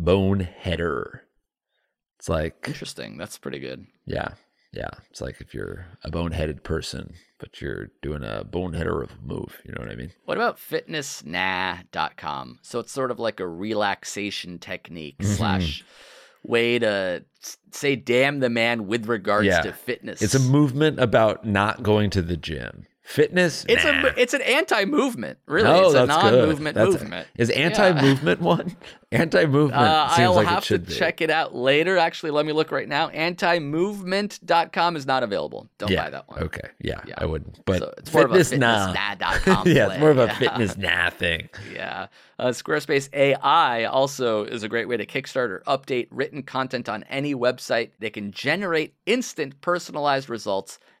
[SPEAKER 5] Boneheader. It's like,
[SPEAKER 6] Interesting. That's pretty good.
[SPEAKER 5] yeah, yeah. It's like if you're a boneheaded person, but you're doing a boneheader of a move. You know what I mean?
[SPEAKER 6] What about fitnessnah.com? So it's sort of like a relaxation technique
[SPEAKER 5] Mm-hmm.
[SPEAKER 6] slash way to s- say damn the man with regards
[SPEAKER 5] Yeah.
[SPEAKER 6] to fitness.
[SPEAKER 5] It's a movement about not going to the gym. Fitness.
[SPEAKER 6] it's
[SPEAKER 5] nah.
[SPEAKER 6] a mo- it's an anti-movement, really.
[SPEAKER 5] No,
[SPEAKER 6] it's a
[SPEAKER 5] that's good.
[SPEAKER 6] non-movement
[SPEAKER 5] That's-
[SPEAKER 6] movement.
[SPEAKER 5] Is anti-movement one? Anti-movement.
[SPEAKER 6] Uh,
[SPEAKER 5] seems
[SPEAKER 6] I'll
[SPEAKER 5] like
[SPEAKER 6] have
[SPEAKER 5] it
[SPEAKER 6] to
[SPEAKER 5] should be.
[SPEAKER 6] check it out later. Actually, let me look right now. Antimovement.com is not available. Don't
[SPEAKER 5] Yeah.
[SPEAKER 6] buy that one.
[SPEAKER 5] Okay. Yeah,
[SPEAKER 6] Yeah.
[SPEAKER 5] I wouldn't. But
[SPEAKER 6] So it's more of a
[SPEAKER 5] nah.
[SPEAKER 6] fitnessnah.com
[SPEAKER 5] yeah, it's more of a
[SPEAKER 6] play.
[SPEAKER 5] fitness nah thing.
[SPEAKER 6] Yeah. Uh, Squarespace AI also is a great way to kickstart or update written content on any website. They can generate instant personalized results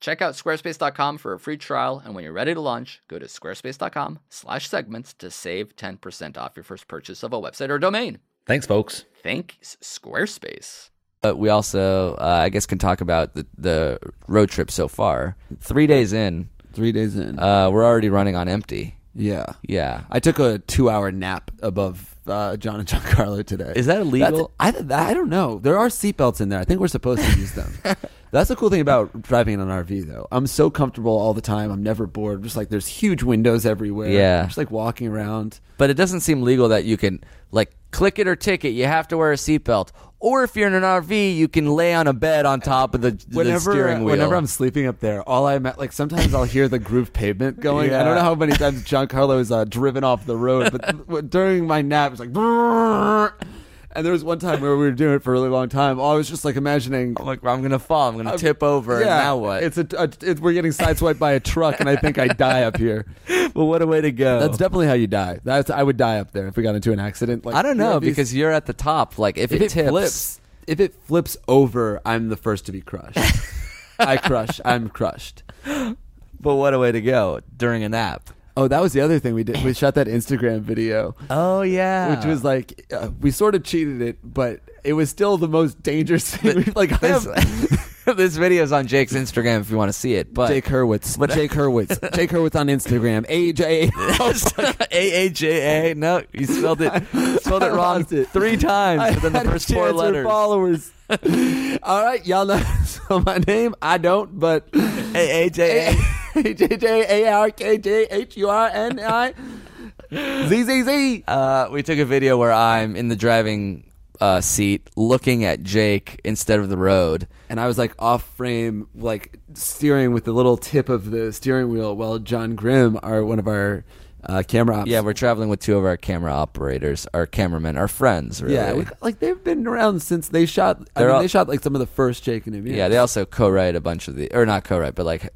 [SPEAKER 6] check out squarespace.com for a free trial. And when you're ready to launch, go to squarespace.com slash segments to save 10% off your first purchase of a website or domain.
[SPEAKER 5] Thanks, folks.
[SPEAKER 6] Thanks, Squarespace.
[SPEAKER 2] But we also, uh, I guess, can talk about the, the road trip so far. Three days in,
[SPEAKER 1] Three days in.
[SPEAKER 2] uh, we're already running on empty.
[SPEAKER 1] yeah.
[SPEAKER 2] Yeah.
[SPEAKER 1] I took a two hour nap above uh, John and Giancarlo today.
[SPEAKER 2] Is that illegal?
[SPEAKER 1] That's- I, I don't know. There are seatbelts in there. I think we're supposed to use them. That's the cool thing about driving in an RV, though. I'm so comfortable all the time. I'm never bored. Just like there's huge windows everywhere.
[SPEAKER 2] Yeah.
[SPEAKER 1] Just like walking around.
[SPEAKER 2] But it doesn't seem legal that you can like click it or tick it. You have to wear a seatbelt. Or if you're in an RV, you can lay on a bed on top of the, the
[SPEAKER 1] whenever uh,
[SPEAKER 2] steering wheel.
[SPEAKER 1] whenever I'm sleeping up there, all I'm at, like sometimes I'll hear the groove pavement going. I
[SPEAKER 2] Yeah.
[SPEAKER 1] don't know how many times Giancarlo is uh, driven off the road, but w- during my nap, it's like. "Brrrr." And there was one time where we were doing it for a really long time. I was just like imagining.
[SPEAKER 2] I'm like, I'm gonna fall. I'm gonna tip over. and
[SPEAKER 1] Yeah,
[SPEAKER 2] Oh now what?
[SPEAKER 1] It's a, a it, we're getting sideswiped by a truck, and I think I die up here.
[SPEAKER 2] well, what a way to go.
[SPEAKER 1] That's definitely how you die. That's I would die up there if we got into an accident. Like
[SPEAKER 2] I don't know
[SPEAKER 1] you these-
[SPEAKER 2] because you're at the top. Like if,
[SPEAKER 1] if
[SPEAKER 2] it,
[SPEAKER 1] it
[SPEAKER 2] tips,
[SPEAKER 1] flips, if it flips over, I'm the first to be crushed. I crush. I'm crushed.
[SPEAKER 2] but what a way to go during a nap.
[SPEAKER 1] Oh, that was the other thing we did. We shot that Instagram video,
[SPEAKER 2] Oh yeah,
[SPEAKER 1] which was like uh, we sort of cheated it, but it was still the most dangerous thing. We've, like I
[SPEAKER 2] this,
[SPEAKER 1] have
[SPEAKER 2] this video is on Jake's Instagram if you want to see it. But
[SPEAKER 1] Jake Hurwitz, Jake Hurwitz, Jake Hurwitz on Instagram. AJ,
[SPEAKER 2] A A J A. No, you spelled it. you Spelled it
[SPEAKER 1] I
[SPEAKER 2] wrong
[SPEAKER 1] lost it.
[SPEAKER 2] three times within the
[SPEAKER 1] had a
[SPEAKER 2] first four
[SPEAKER 1] chance for
[SPEAKER 2] letters.
[SPEAKER 1] followers. All right, y'all know so my name. I don't, but
[SPEAKER 2] A A J A.
[SPEAKER 1] A-J-J-A-R-K-J-H-U-R-N-I Z-Z-Z.
[SPEAKER 2] Uh, we took a video where I'm in the driving uh, seat looking at Jake instead of the road.
[SPEAKER 1] and I was like off frame, like steering with the little tip of the steering wheel. While John Grimm, our one of our uh, camera ops,
[SPEAKER 2] Yeah, we're traveling with two of our camera operators, our cameramen, our friends. Really.
[SPEAKER 1] yeah, we- like they've been around since they shot. I
[SPEAKER 2] They're
[SPEAKER 1] mean,
[SPEAKER 2] all-
[SPEAKER 1] they shot like some of the first Jake and him.
[SPEAKER 2] Yeah, they also co-write a bunch of the, or not co-write, but like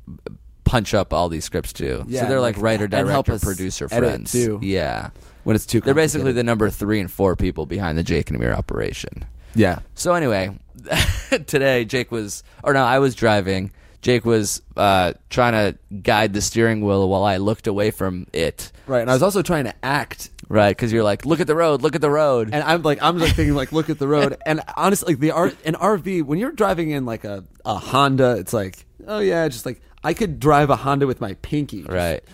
[SPEAKER 2] punch up all these scripts too.
[SPEAKER 1] Yeah,
[SPEAKER 2] so they're like
[SPEAKER 1] like,
[SPEAKER 2] writer,
[SPEAKER 1] and help
[SPEAKER 2] director,
[SPEAKER 1] us
[SPEAKER 2] producer
[SPEAKER 1] edit,
[SPEAKER 2] friends.
[SPEAKER 1] too.
[SPEAKER 2] Yeah,
[SPEAKER 1] when it's too.
[SPEAKER 2] they're basically
[SPEAKER 1] complicated.
[SPEAKER 2] the number three and four people behind the Jake and Amir operation.
[SPEAKER 1] yeah.
[SPEAKER 2] So anyway, today Jake was, or no, I was driving. Jake was uh, trying to guide the steering wheel while I looked away from it.
[SPEAKER 1] Right, and I was also trying to act
[SPEAKER 2] right? Because you're like, look at the road, look at the road.
[SPEAKER 1] And I'm like, I'm like thinking, like, look at the road. And honestly, like the R- an RV, when you're driving in like a, a Honda, it's like, oh yeah, just like I could drive a Honda with my pinky, Just-
[SPEAKER 2] right.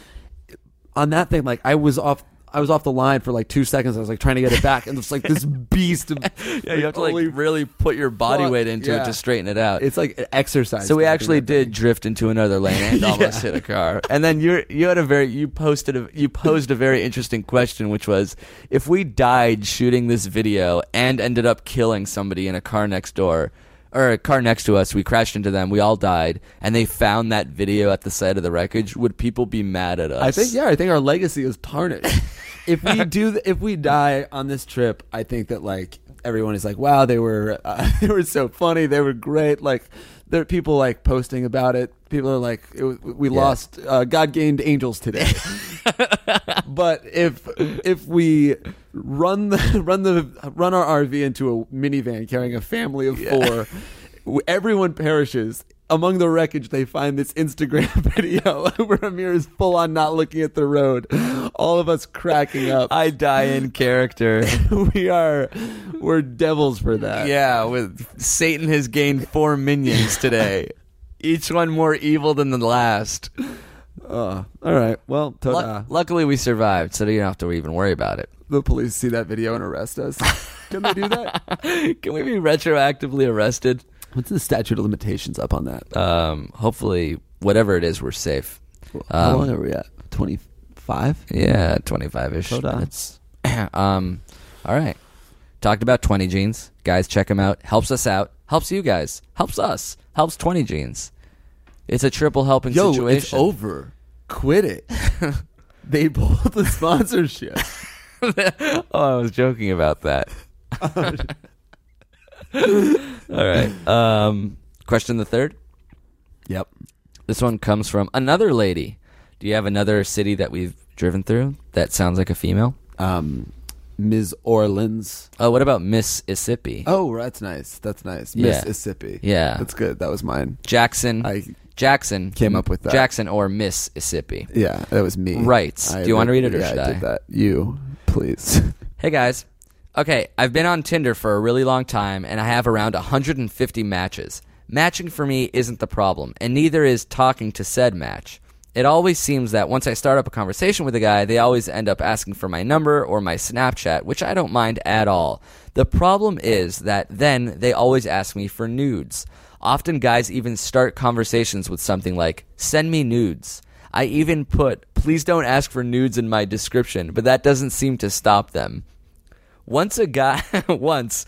[SPEAKER 1] on that thing, like I was off. I was off the line for like two seconds. I was like trying to get it back, and it's like this beast. Of,
[SPEAKER 2] Yeah, you have to like
[SPEAKER 1] holy
[SPEAKER 2] really put your body
[SPEAKER 1] fuck,
[SPEAKER 2] weight into
[SPEAKER 1] yeah.
[SPEAKER 2] it to straighten it out.
[SPEAKER 1] It's like an exercise.
[SPEAKER 2] so we
[SPEAKER 1] to do
[SPEAKER 2] actually
[SPEAKER 1] that
[SPEAKER 2] did
[SPEAKER 1] thing.
[SPEAKER 2] drift into another lane and almost hit a car. And then you you had a very you posted a, you posed a very interesting question, which was if we died shooting this video and ended up killing somebody in a car next door or a car next to us, we crashed into them, we all died, and they found that video at the site of the wreckage. Would people be mad at us?
[SPEAKER 1] I think yeah. I think our legacy is tarnished. if we do, th- if we die on this trip, I think that like everyone is like, wow, they were uh, they were so funny. They were great. Like there are people like posting about it. People are like, it was, we lost. Uh, God gained angels today. but if if we run the run the run our RV into a minivan carrying a family of four, w- everyone perishes. Among the wreckage, they find this Instagram video where Amir is full on not looking at the road. All of us cracking up.
[SPEAKER 2] I die in character.
[SPEAKER 1] we are we're devils for that.
[SPEAKER 2] Yeah, with Satan has gained four minions today. Each one more evil than the last.
[SPEAKER 1] Uh, all right. Well,
[SPEAKER 2] Lu-
[SPEAKER 1] ta
[SPEAKER 2] luckily, we survived, so you don't have to even worry about it.
[SPEAKER 1] the police see that video and arrest us. Can they do that?
[SPEAKER 2] Can we be retroactively arrested?
[SPEAKER 1] What's the statute of limitations up on that?
[SPEAKER 2] Um, hopefully, whatever it is, we're safe.
[SPEAKER 1] How
[SPEAKER 2] Um,
[SPEAKER 1] long are we at? Twenty five.
[SPEAKER 2] Yeah, 25 ish
[SPEAKER 1] Hold on.
[SPEAKER 2] minutes. um, all right. Talked about 20 Jeans. Guys, check them out. Helps us out. Helps you guys. Helps us. Helps 20 Jeans. It's a triple helping
[SPEAKER 1] Yo,
[SPEAKER 2] situation.
[SPEAKER 1] it's over. Quit it. they pulled the sponsorship.
[SPEAKER 2] Oh, I was joking about that. All right. Um, question the third.
[SPEAKER 1] yep.
[SPEAKER 2] This one comes from another lady. Do you have another city that we've driven through that sounds like a female?
[SPEAKER 1] Um, Ms. Orleans.
[SPEAKER 2] Oh, what about Miss Mississippi?
[SPEAKER 1] Oh, that's nice. That's nice.
[SPEAKER 2] Yeah.
[SPEAKER 1] Mississippi.
[SPEAKER 2] Yeah.
[SPEAKER 1] That's good. That was mine.
[SPEAKER 2] Jackson.
[SPEAKER 1] I
[SPEAKER 2] Jackson
[SPEAKER 1] came up with that.
[SPEAKER 2] Jackson or Miss Mississippi.
[SPEAKER 1] yeah, that was me.
[SPEAKER 2] Rights. Do you wanna read it or
[SPEAKER 1] yeah,
[SPEAKER 2] should
[SPEAKER 1] I?
[SPEAKER 2] I?
[SPEAKER 1] Did that. You, please.
[SPEAKER 2] Hey guys. Okay, I've been on Tinder for a really long time and I have around 150 matches. Matching for me isn't the problem, and neither is talking to said match. It always seems that once I start up a conversation with a guy, they always end up asking for my number or my Snapchat, which I don't mind at all. The problem is that then they always ask me for nudes. Often guys even start conversations with something like, send me nudes. I even put, please don't ask for nudes in my description, but that doesn't seem to stop them. Once a guy, once,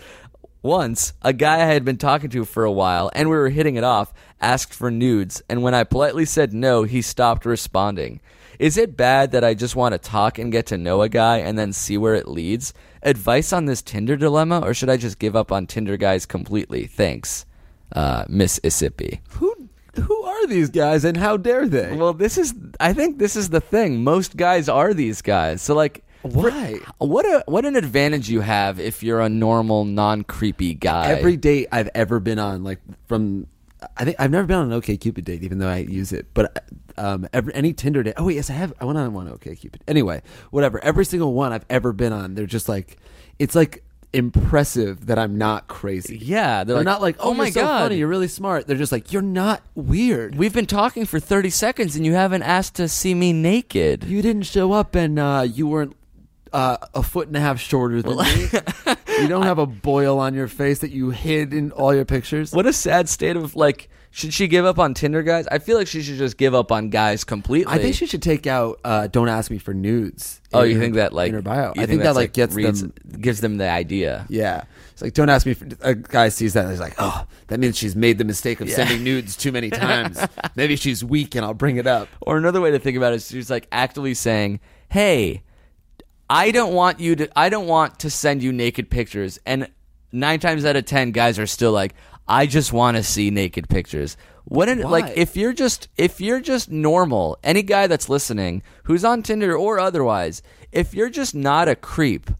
[SPEAKER 2] once a guy I had been talking to for a while and we were hitting it off asked for nudes, and when I politely said no, he stopped responding. Is it bad that I just want to talk and get to know a guy and then see where it leads? Advice on this Tinder dilemma, or should I just give up on Tinder guys completely? Thanks, uh, Miss Mississippi.
[SPEAKER 1] who who are these guys and how dare they?
[SPEAKER 2] Well, this is. I think this is the thing. Most guys are these guys. So like,
[SPEAKER 1] Why?
[SPEAKER 2] for- what a what an advantage you have if you're a normal, non creepy guy.
[SPEAKER 1] every date I've ever been on, like from, I think I've never been on an OK Cupid date, even though I use it. But um, every, any Tinder date. Oh wait, yes, I have. I went on one OK Cupid. Anyway, whatever. Every single one I've ever been on, they're just like, it's like impressive that I'm not crazy.
[SPEAKER 2] Yeah,
[SPEAKER 1] they're,
[SPEAKER 2] they're like,
[SPEAKER 1] not like,
[SPEAKER 2] "Oh
[SPEAKER 1] oh,
[SPEAKER 2] my
[SPEAKER 1] my
[SPEAKER 2] God."
[SPEAKER 1] god, funny, you're really smart. They're just like, you're not weird.
[SPEAKER 2] We've been talking for thirty seconds and you haven't asked to see me naked.
[SPEAKER 1] you didn't show up, and uh, you weren't. Uh, a foot and a half shorter than me. you don't have a boil on your face that you hid in all your pictures.
[SPEAKER 2] what a sad state of like. Should she give up on Tinder guys? I feel like she should just give up on guys completely.
[SPEAKER 1] I think she should take out uh, "Don't ask me for nudes."
[SPEAKER 2] Oh,
[SPEAKER 1] in
[SPEAKER 2] you
[SPEAKER 1] her-
[SPEAKER 2] think that like
[SPEAKER 1] in her bio? I
[SPEAKER 2] you
[SPEAKER 1] think, that
[SPEAKER 2] that's,
[SPEAKER 1] like gets
[SPEAKER 2] reads-
[SPEAKER 1] them.
[SPEAKER 2] gives them the idea.
[SPEAKER 1] Yeah, it's like "Don't ask me." for A guy sees that and he's like, "Oh, that means she's made the mistake of sending nudes too many times. Maybe she's weak, and I'll bring it up."
[SPEAKER 2] Or another way to think about it is she's like actively saying, "Hey, I don't want you to. I don't want to send you naked pictures." And nine times out of ten, guys are still like, "I just want to see naked pictures." What an, like if you're just if you're just normal, any guy that's listening who's on Tinder or otherwise, if you're just not a creep,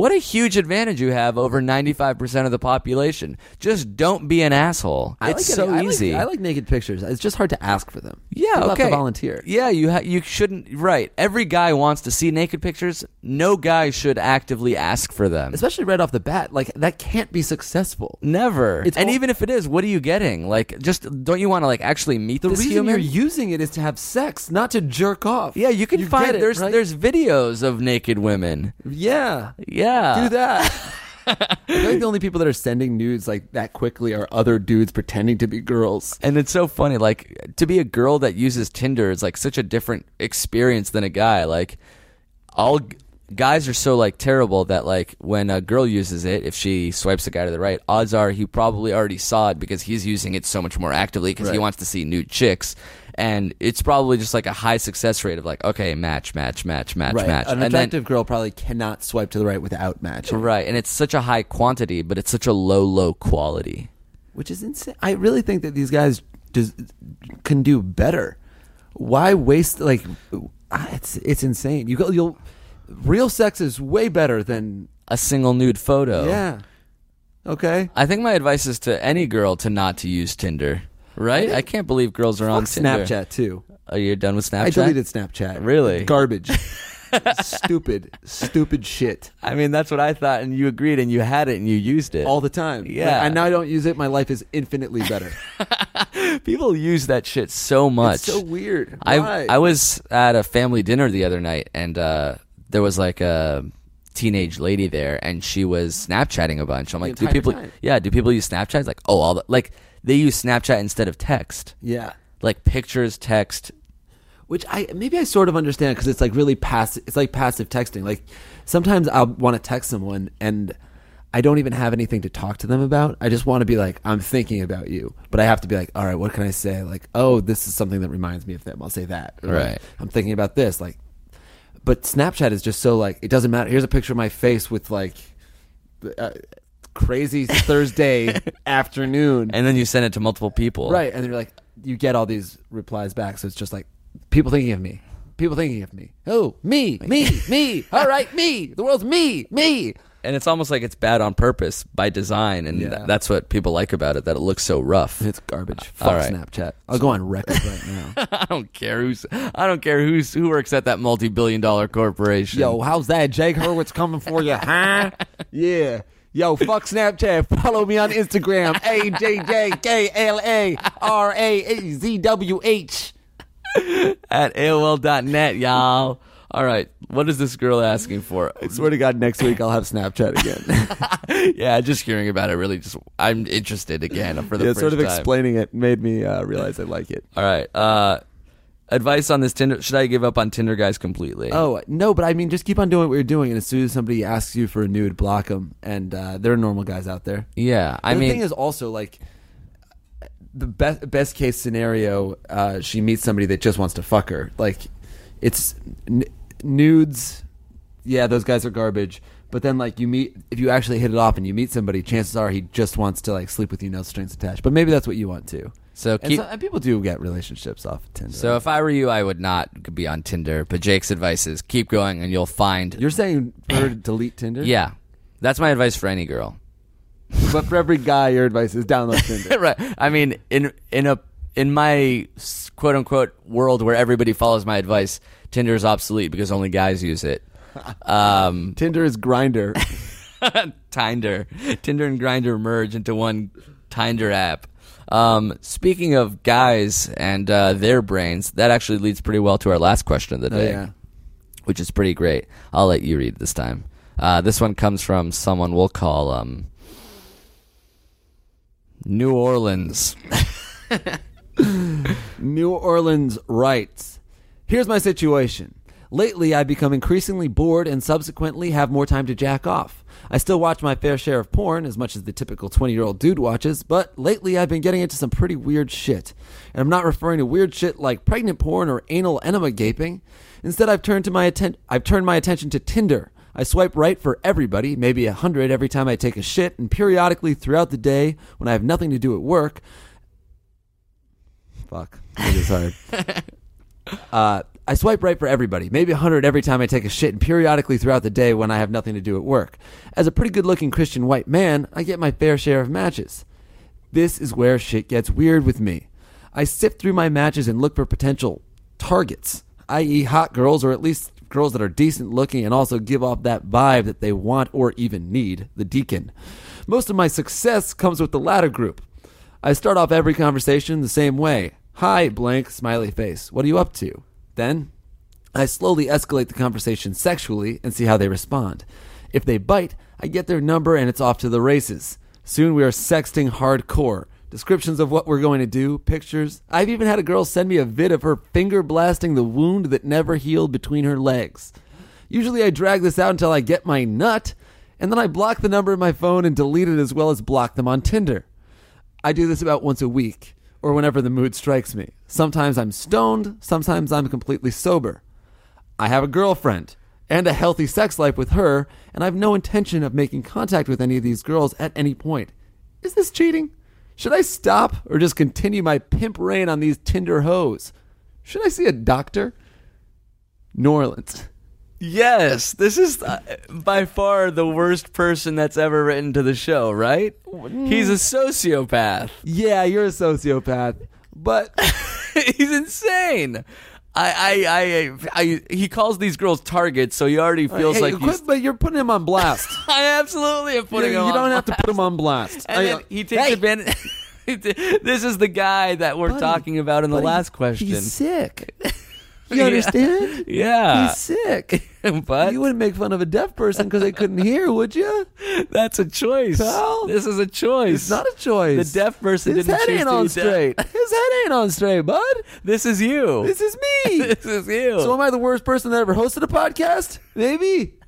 [SPEAKER 2] What a huge advantage you have over 95% of the population. Just don't be an asshole.
[SPEAKER 1] I
[SPEAKER 2] it's
[SPEAKER 1] like it.
[SPEAKER 2] so
[SPEAKER 1] I like-
[SPEAKER 2] easy.
[SPEAKER 1] I like naked pictures. It's just hard to ask for them.
[SPEAKER 2] Yeah,
[SPEAKER 1] People have
[SPEAKER 2] okay.
[SPEAKER 1] to volunteer.
[SPEAKER 2] Yeah, you ha- you shouldn't. Right, every guy wants to see naked pictures. No guy should actively ask for them.
[SPEAKER 1] Especially right off the bat, like that can't be successful.
[SPEAKER 2] Never.
[SPEAKER 1] It's
[SPEAKER 2] and
[SPEAKER 1] all-
[SPEAKER 2] even if it is, what are you getting? Like, just don't you want to like actually meet
[SPEAKER 1] The
[SPEAKER 2] this
[SPEAKER 1] reason
[SPEAKER 2] human?
[SPEAKER 1] you're using it is to have sex, not to jerk off.
[SPEAKER 2] yeah, you can find
[SPEAKER 1] get it,
[SPEAKER 2] there's
[SPEAKER 1] right?
[SPEAKER 2] there's videos of naked women.
[SPEAKER 1] yeah,
[SPEAKER 2] Yeah,
[SPEAKER 1] do that. I feel like the only people that are sending nudes like that quickly are other dudes pretending to be girls.
[SPEAKER 2] And it's so funny, like to be a girl that uses Tinder is like such a different experience than a guy. Like all g- guys are so like terrible that like when a girl uses it, if she swipes a guy to the right, odds are he probably already saw it because he's using it so much more actively because he wants to see nude chicks. And it's probably just like a high success rate of like, okay, match, match, match, match, match.
[SPEAKER 1] An
[SPEAKER 2] and then-
[SPEAKER 1] attractive girl probably cannot swipe to the right without matching,
[SPEAKER 2] right. And it's such a high quantity, but it's such a low, low quality.
[SPEAKER 1] which is insane. I really think that these guys des- can do better. Why waste like ah, it's it's insane. You go you'll real sex is way better than
[SPEAKER 2] A single nude photo.
[SPEAKER 1] yeah. Okay.
[SPEAKER 2] I think my advice is to any girl to not to use Tinder. Right? I can't believe girls are on
[SPEAKER 1] On
[SPEAKER 2] Tinder.
[SPEAKER 1] Snapchat too.
[SPEAKER 2] Are you done with Snapchat?
[SPEAKER 1] I deleted Snapchat.
[SPEAKER 2] Really?
[SPEAKER 1] Garbage. stupid, stupid shit
[SPEAKER 2] I mean, that's what I thought, and you agreed, and you had it, and you used it.
[SPEAKER 1] all the time.
[SPEAKER 2] Yeah.
[SPEAKER 1] Like, and now I don't use it. My life is infinitely better.
[SPEAKER 2] people use that shit so much.
[SPEAKER 1] It's so weird.
[SPEAKER 2] I
[SPEAKER 1] Why?
[SPEAKER 2] I was at a family dinner the other night, and uh, there was like a teenage lady there, and she was Snapchatting a bunch. I'm like, do
[SPEAKER 1] entire
[SPEAKER 2] people?
[SPEAKER 1] time.
[SPEAKER 2] Yeah, do people use Snapchat? It's like, oh, all the, like they use Snapchat instead of text,
[SPEAKER 1] yeah.
[SPEAKER 2] like pictures, text.
[SPEAKER 1] which I maybe I sort of understand because it's like really passive. It's like passive texting. Like sometimes I'll want to text someone and I don't even have anything to talk to them about. I just want to be like, I'm thinking about you, but I have to be like, all right, what can I say? Like, oh, this is something that reminds me of them. I'll say that. Or, like,
[SPEAKER 2] Right.
[SPEAKER 1] I'm thinking about this. Like, but Snapchat is just so like it doesn't matter. Here's a picture of my face with like. Uh, crazy Thursday afternoon
[SPEAKER 2] And then you send it to multiple people.
[SPEAKER 1] Right. And they're like, you get all these replies back. So it's just like, people thinking of me. People thinking of me. Oh, me, me, me. All right, me. The world's me, me.
[SPEAKER 2] And it's almost like it's bad on purpose by design, and th- that's what people like about it—that it looks so rough.
[SPEAKER 1] It's garbage. Fuck
[SPEAKER 2] All right.
[SPEAKER 1] Snapchat. I'll go on record right now.
[SPEAKER 2] I don't care who's I don't care who's who works at that multi-billion-dollar corporation.
[SPEAKER 1] Yo, how's that? Jake Hurwitz coming for you, huh? Yeah. Yo, fuck Snapchat. Follow me on Instagram. A J J K L A R A E Z W H.
[SPEAKER 2] at AOL.net, y'all. All right, what is this girl asking for?
[SPEAKER 1] Swear to God, next week I'll have Snapchat again.
[SPEAKER 2] yeah, just hearing about it really just I'm interested again for the
[SPEAKER 1] yeah,
[SPEAKER 2] first
[SPEAKER 1] sort of
[SPEAKER 2] time.
[SPEAKER 1] explaining it made me uh, realize I like it.
[SPEAKER 2] All right, uh, advice on this Tinder? Should I give up on Tinder guys completely?
[SPEAKER 1] Oh no, but I mean, just keep on doing what you're doing, and as soon as somebody asks you for a nude, block them. And uh, there are normal guys out there.
[SPEAKER 2] yeah. I
[SPEAKER 1] the
[SPEAKER 2] mean,
[SPEAKER 1] thing is also like the best best case scenario, uh, she meets somebody that just wants to fuck her. Like it's n- nudes. Yeah, those guys are garbage. But then, like, you meet if you actually hit it off and you meet somebody, chances are he just wants to like sleep with you, no strings attached. But maybe that's what you want too.
[SPEAKER 2] So
[SPEAKER 1] And
[SPEAKER 2] keep-
[SPEAKER 1] and people do get relationships off of Tinder.
[SPEAKER 2] so if I were you, I would not be on Tinder. But Jake's advice is keep going, and you'll find.
[SPEAKER 1] you're saying for her to delete Tinder?
[SPEAKER 2] yeah, that's my advice for any girl.
[SPEAKER 1] But for every guy, your advice is download Tinder.
[SPEAKER 2] right. I mean, in in a in my quote unquote world where everybody follows my advice, Tinder is obsolete because only guys use it. Um,
[SPEAKER 1] Tinder is grinder.
[SPEAKER 2] Tinder, Tinder and Grinder merge into one Tinder app. Um, speaking of guys and uh, their brains, that actually leads pretty well to our last question of the day,
[SPEAKER 1] yeah.
[SPEAKER 2] which is pretty great. I'll let you read this time. Uh, this one comes from someone we'll call um, New Orleans.
[SPEAKER 1] New Orleans writes Here's my situation. Lately, I've become increasingly bored and subsequently have more time to jack off. I still watch my fair share of porn, as much as the typical 20 year old dude watches, but lately I've been getting into some pretty weird shit. And I'm not referring to weird shit like pregnant porn or anal enema gaping. Instead, I've turned, to my atten- I've turned my attention to Tinder. I swipe right for everybody, maybe a hundred every time I take a shit, and periodically throughout the day, when I have nothing to do at work, fuck, it is hard. uh, I I swipe right for everybody, maybe 100 every time I take a shit, and periodically throughout the day when I have nothing to do at work. As a pretty good looking Christian white man, I get my fair share of matches. This is where shit gets weird with me. I sift through my matches and look for potential targets, i.e., hot girls or at least girls that are decent looking and also give off that vibe that they want or even need the deacon. Most of my success comes with the latter group. I start off every conversation the same way Hi, blank, smiley face. What are you up to? Then I slowly escalate the conversation sexually and see how they respond. If they bite, I get their number and it's off to the races. Soon we are sexting hardcore. Descriptions of what we're going to do, pictures. I've even had a girl send me a vid of her finger blasting the wound that never healed between her legs. Usually I drag this out until I get my nut, and then I block the number in my phone and delete it as well as block them on Tinder. I do this about once a week or whenever the mood strikes me. Sometimes I'm stoned, sometimes I'm completely sober. I have a girlfriend and a healthy sex life with her, and I have no intention of making contact with any of these girls at any point. Is this cheating? Should I stop or just continue my pimp reign on these Tinder hoes? Should I see a doctor? New Orleans.
[SPEAKER 2] Yes, this is uh, by far the worst person that's ever written to the show, right? He's a sociopath.
[SPEAKER 1] Yeah, you're a sociopath, but
[SPEAKER 2] He's insane. I, I, I, I, he calls these girls targets, so he already feels
[SPEAKER 1] Hey,
[SPEAKER 2] like
[SPEAKER 1] quit-
[SPEAKER 2] he's.
[SPEAKER 1] but you're putting him on blast.
[SPEAKER 2] I absolutely am
[SPEAKER 1] you
[SPEAKER 2] putting him
[SPEAKER 1] you
[SPEAKER 2] on
[SPEAKER 1] don't have to
[SPEAKER 2] blast.
[SPEAKER 1] put him on blast.
[SPEAKER 2] And
[SPEAKER 1] I-
[SPEAKER 2] then he takes advantage. this is the guy that we're
[SPEAKER 1] Buddy,
[SPEAKER 2] talking about in the
[SPEAKER 1] buddy,
[SPEAKER 2] last question.
[SPEAKER 1] He's sick. You
[SPEAKER 2] Yeah.
[SPEAKER 1] understand?
[SPEAKER 2] yeah,
[SPEAKER 1] He's sick.
[SPEAKER 2] but
[SPEAKER 1] you wouldn't make fun of a deaf person because they couldn't hear, would you?
[SPEAKER 2] that's a choice.
[SPEAKER 1] Pal,
[SPEAKER 2] this is a choice.
[SPEAKER 1] It's not a choice.
[SPEAKER 2] The deaf person
[SPEAKER 1] His
[SPEAKER 2] didn't
[SPEAKER 1] head
[SPEAKER 2] choose
[SPEAKER 1] ain't
[SPEAKER 2] to
[SPEAKER 1] on
[SPEAKER 2] be deaf.
[SPEAKER 1] straight. His head ain't on straight, bud.
[SPEAKER 2] This is you.
[SPEAKER 1] This is me.
[SPEAKER 2] This is you.
[SPEAKER 1] so am I the worst person that ever hosted a podcast? Maybe.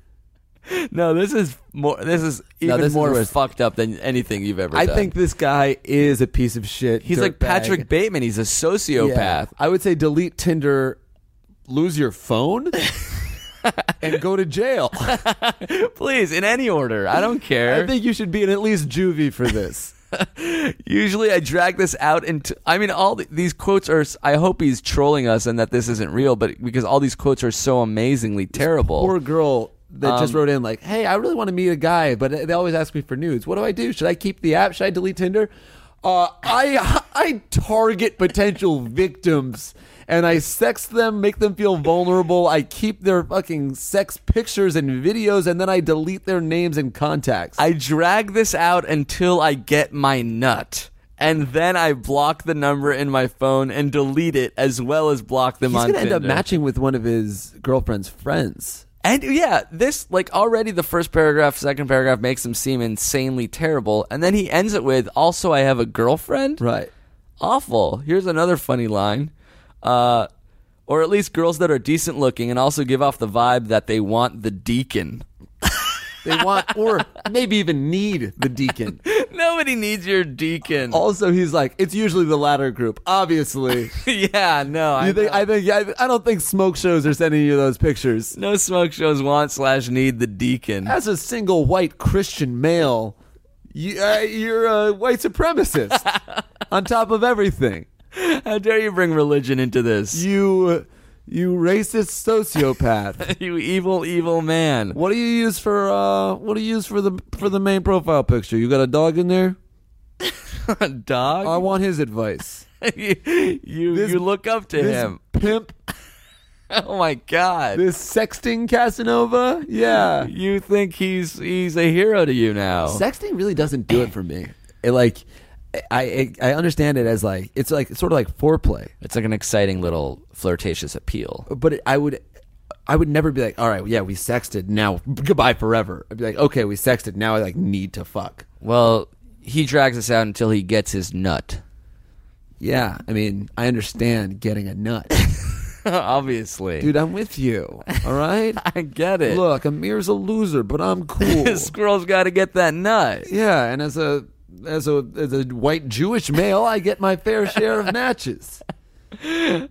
[SPEAKER 2] no, this is more. This is even
[SPEAKER 1] this is
[SPEAKER 2] more
[SPEAKER 1] worse.
[SPEAKER 2] fucked up than anything you've ever.
[SPEAKER 1] I
[SPEAKER 2] done.
[SPEAKER 1] think this guy is a piece of shit.
[SPEAKER 2] he's like
[SPEAKER 1] dirtbag.
[SPEAKER 2] Patrick Bateman. He's a sociopath.
[SPEAKER 1] Yeah. I would say delete Tinder, lose your phone, and go to jail.
[SPEAKER 2] Please, in any order. I don't care.
[SPEAKER 1] I think you should be in at least juvie for this.
[SPEAKER 2] Usually, I drag this out, and t- I mean, all th- these quotes are. s- I hope he's trolling us and that this isn't real, but because all these quotes are so amazingly terrible.
[SPEAKER 1] Poor girl that just
[SPEAKER 2] Um,
[SPEAKER 1] wrote in like, "Hey, I really want to meet a guy, but they always ask me for nudes. What do I do? Should I keep the app? Should I delete Tinder? Uh, I I target potential victims." And I sex them, make them feel vulnerable. I keep their fucking sex pictures and videos, and then I delete their names and contacts.
[SPEAKER 2] I drag this out until I get my nut. And then I block the number in my phone and delete it as well as block them
[SPEAKER 1] He's
[SPEAKER 2] on
[SPEAKER 1] gonna end up
[SPEAKER 2] Tinder.
[SPEAKER 1] matching with one of his girlfriend's friends.
[SPEAKER 2] And yeah, this like already the first paragraph, second paragraph makes him seem insanely terrible, and then he ends it with, "Also, I have a girlfriend."
[SPEAKER 1] Right.
[SPEAKER 2] Awful. Here's another funny line, uh, or at least girls that are decent looking and also give off the vibe that they want the deacon.
[SPEAKER 1] They want, or maybe even need the deacon.
[SPEAKER 2] Nobody needs your deacon.
[SPEAKER 1] Also, he's like, it's usually the latter group, obviously.
[SPEAKER 2] yeah, no. I
[SPEAKER 1] You think,
[SPEAKER 2] know.
[SPEAKER 1] I think yeah, I don't think smoke shows are sending you those pictures.
[SPEAKER 2] no smoke shows want slash need the deacon.
[SPEAKER 1] As a single white Christian male, you, uh, you're a white supremacist on top of everything.
[SPEAKER 2] How dare you bring religion into this?
[SPEAKER 1] You you racist sociopath.
[SPEAKER 2] You evil, evil man.
[SPEAKER 1] what do you use for uh what do you use for the for the main profile picture? You got a dog in there?
[SPEAKER 2] dog?
[SPEAKER 1] I want his advice.
[SPEAKER 2] you you look up to
[SPEAKER 1] This
[SPEAKER 2] him.
[SPEAKER 1] pimp,
[SPEAKER 2] Oh my god.
[SPEAKER 1] this sexting Casanova? Yeah.
[SPEAKER 2] you think he's he's a hero to you now.
[SPEAKER 1] Oh. sexting really doesn't do it for me. It like I I I understand it as like it's like it's sort of like foreplay,
[SPEAKER 2] it's like an exciting little flirtatious appeal.
[SPEAKER 1] but it, I would I would never be like, all right, yeah, we sexted, now goodbye forever. I'd be like, okay, we sexted, now I like need to fuck.
[SPEAKER 2] Well, he drags us out until he gets his nut.
[SPEAKER 1] Yeah, I mean, I understand getting a nut,
[SPEAKER 2] Obviously.
[SPEAKER 1] dude. I'm with you. All right,
[SPEAKER 2] I get it.
[SPEAKER 1] look, Amir's a loser, but I'm cool.
[SPEAKER 2] this girl's got to get that nut.
[SPEAKER 1] yeah, and as a as a as a white Jewish male, I get my fair share of matches.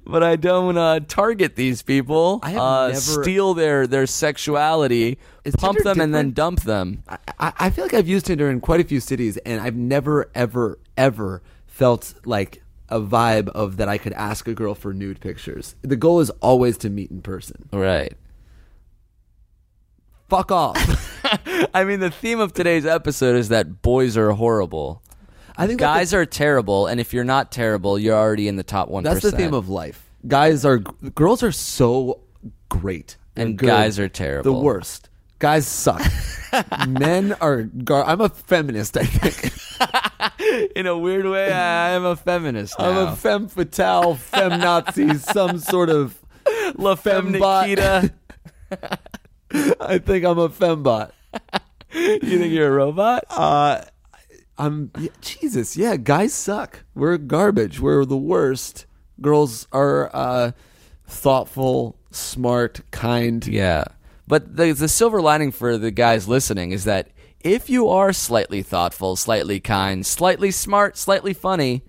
[SPEAKER 2] But I don't uh, target these people.
[SPEAKER 1] I have
[SPEAKER 2] uh,
[SPEAKER 1] never-
[SPEAKER 2] steal their their sexuality,
[SPEAKER 1] Is
[SPEAKER 2] pump
[SPEAKER 1] Tinder
[SPEAKER 2] them and then
[SPEAKER 1] different?
[SPEAKER 2] dump them.
[SPEAKER 1] I, I feel like I've used Tinder in quite a few cities, and I've never, ever, ever felt like a vibe of that I could ask a girl for nude pictures. The goal is always to meet in person.
[SPEAKER 2] Right.
[SPEAKER 1] Fuck off.
[SPEAKER 2] I mean, the theme of today's episode is that boys are horrible.
[SPEAKER 1] I think that's
[SPEAKER 2] Guys are terrible, and if you're not terrible, you're already in the top one.
[SPEAKER 1] the, that's the theme of life. Guys are girls are so great They're
[SPEAKER 2] And
[SPEAKER 1] good.
[SPEAKER 2] guys are terrible.
[SPEAKER 1] The worst. Guys suck. Men are. Gar- I'm a feminist. I think.
[SPEAKER 2] in a weird way. I am a feminist.
[SPEAKER 1] I'm
[SPEAKER 2] now.
[SPEAKER 1] a femme fatale, femme Nazi, some sort of
[SPEAKER 2] La Femme
[SPEAKER 1] fembot.
[SPEAKER 2] Nikita.
[SPEAKER 1] I think I'm a fembot.
[SPEAKER 2] you think you're a robot?
[SPEAKER 1] Uh, I'm yeah, Jesus. Yeah, guys suck. We're garbage. We're the worst. Girls are uh, thoughtful, smart, kind.
[SPEAKER 2] Yeah. But the, the silver lining for the guys listening is that if you are slightly thoughtful, slightly kind, slightly smart, slightly funny,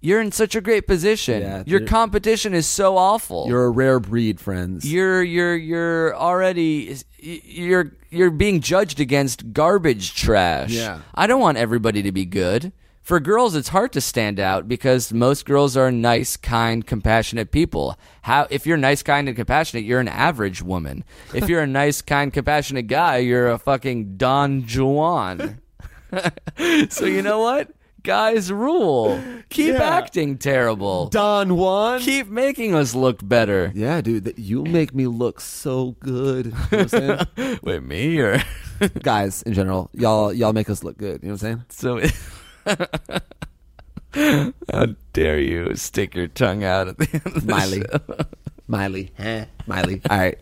[SPEAKER 2] you're in such a great position.
[SPEAKER 1] Yeah,
[SPEAKER 2] Your
[SPEAKER 1] you're-
[SPEAKER 2] competition is so awful.
[SPEAKER 1] You're a rare breed, friends.
[SPEAKER 2] you're you're you're already you're you're being judged against garbage trash.
[SPEAKER 1] Yeah.
[SPEAKER 2] I don't want everybody to be good. For girls, it's hard to stand out because most girls are nice, kind, compassionate people. How if you're nice, kind, and compassionate, you're an average woman. If you're a nice, kind, compassionate guy, you're a fucking Don Juan. so you know what? Guys rule. Keep acting terrible.
[SPEAKER 1] Don Juan.
[SPEAKER 2] Keep making us look better.
[SPEAKER 1] yeah, dude, that you make me look so good. You know what I'm saying?
[SPEAKER 2] Wait, me or
[SPEAKER 1] guys in general, y'all y'all make us look good. You know what I'm saying?
[SPEAKER 2] so? How dare you stick your tongue out at the end of the
[SPEAKER 1] Miley,
[SPEAKER 2] show.
[SPEAKER 1] Miley, Miley. All right.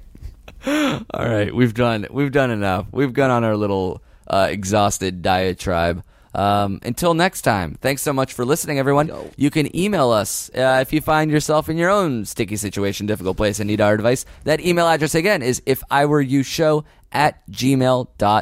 [SPEAKER 2] All right, we've done we've done enough. We've gone on our little uh, exhausted diatribe. Um, until next time, thanks so much for listening, everyone. You can email us uh, if you find yourself in your own sticky situation, difficult place, and need our advice. That email address again is if I were you show at gmail.com.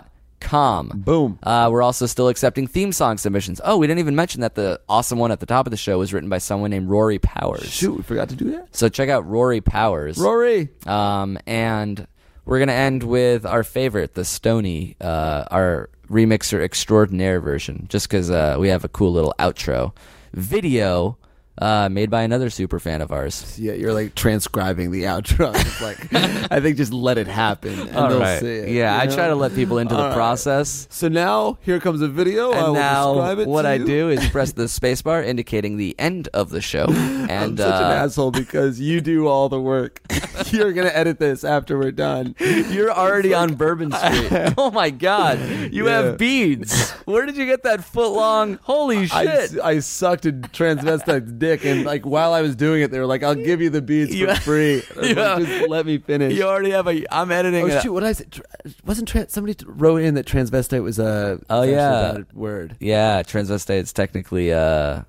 [SPEAKER 1] Boom.
[SPEAKER 2] Uh, we're also still accepting theme song submissions. Oh, we didn't even mention that the awesome one at the top of the show was written by someone named Rory Powers.
[SPEAKER 1] Shoot, we forgot to do that.
[SPEAKER 2] So check out Rory Powers.
[SPEAKER 1] Rory.
[SPEAKER 2] Um, and we're gonna end with our favorite, the Stony, uh, our remixer extraordinaire version, just because uh, we have a cool little outro video uh, made by another super fan of ours.
[SPEAKER 1] Yeah, you're like transcribing the outro. It's like, I think just let it happen. And they'll see it,
[SPEAKER 2] yeah,
[SPEAKER 1] you
[SPEAKER 2] I
[SPEAKER 1] know?
[SPEAKER 2] try to let people into the
[SPEAKER 1] All right.
[SPEAKER 2] process.
[SPEAKER 1] So now here comes a video. I
[SPEAKER 2] And
[SPEAKER 1] will
[SPEAKER 2] now,
[SPEAKER 1] describe it
[SPEAKER 2] what
[SPEAKER 1] to
[SPEAKER 2] I
[SPEAKER 1] you.
[SPEAKER 2] do is press the spacebar, indicating the end of the show. And
[SPEAKER 1] I'm such an
[SPEAKER 2] uh,
[SPEAKER 1] asshole because you do all the work. You're gonna edit this after we're done.
[SPEAKER 2] You're already on Bourbon Street. oh my God. You
[SPEAKER 1] Yeah.
[SPEAKER 2] have beads. Where did you get that foot long? Holy shit.
[SPEAKER 1] I, I sucked a transvestite's dick, and like while I was doing it, they were like, "I'll give you the beads
[SPEAKER 2] You-
[SPEAKER 1] for free. I was like,
[SPEAKER 2] Yeah.
[SPEAKER 1] Just let me finish."
[SPEAKER 2] you already have a. I'm editing
[SPEAKER 1] Oh
[SPEAKER 2] it.
[SPEAKER 1] shoot! What did I say? Tra- wasn't tra- somebody wrote in that transvestite was a
[SPEAKER 2] Oh,
[SPEAKER 1] it's actually
[SPEAKER 2] yeah.
[SPEAKER 1] a bad word
[SPEAKER 2] Yeah, transvestite is technically uh,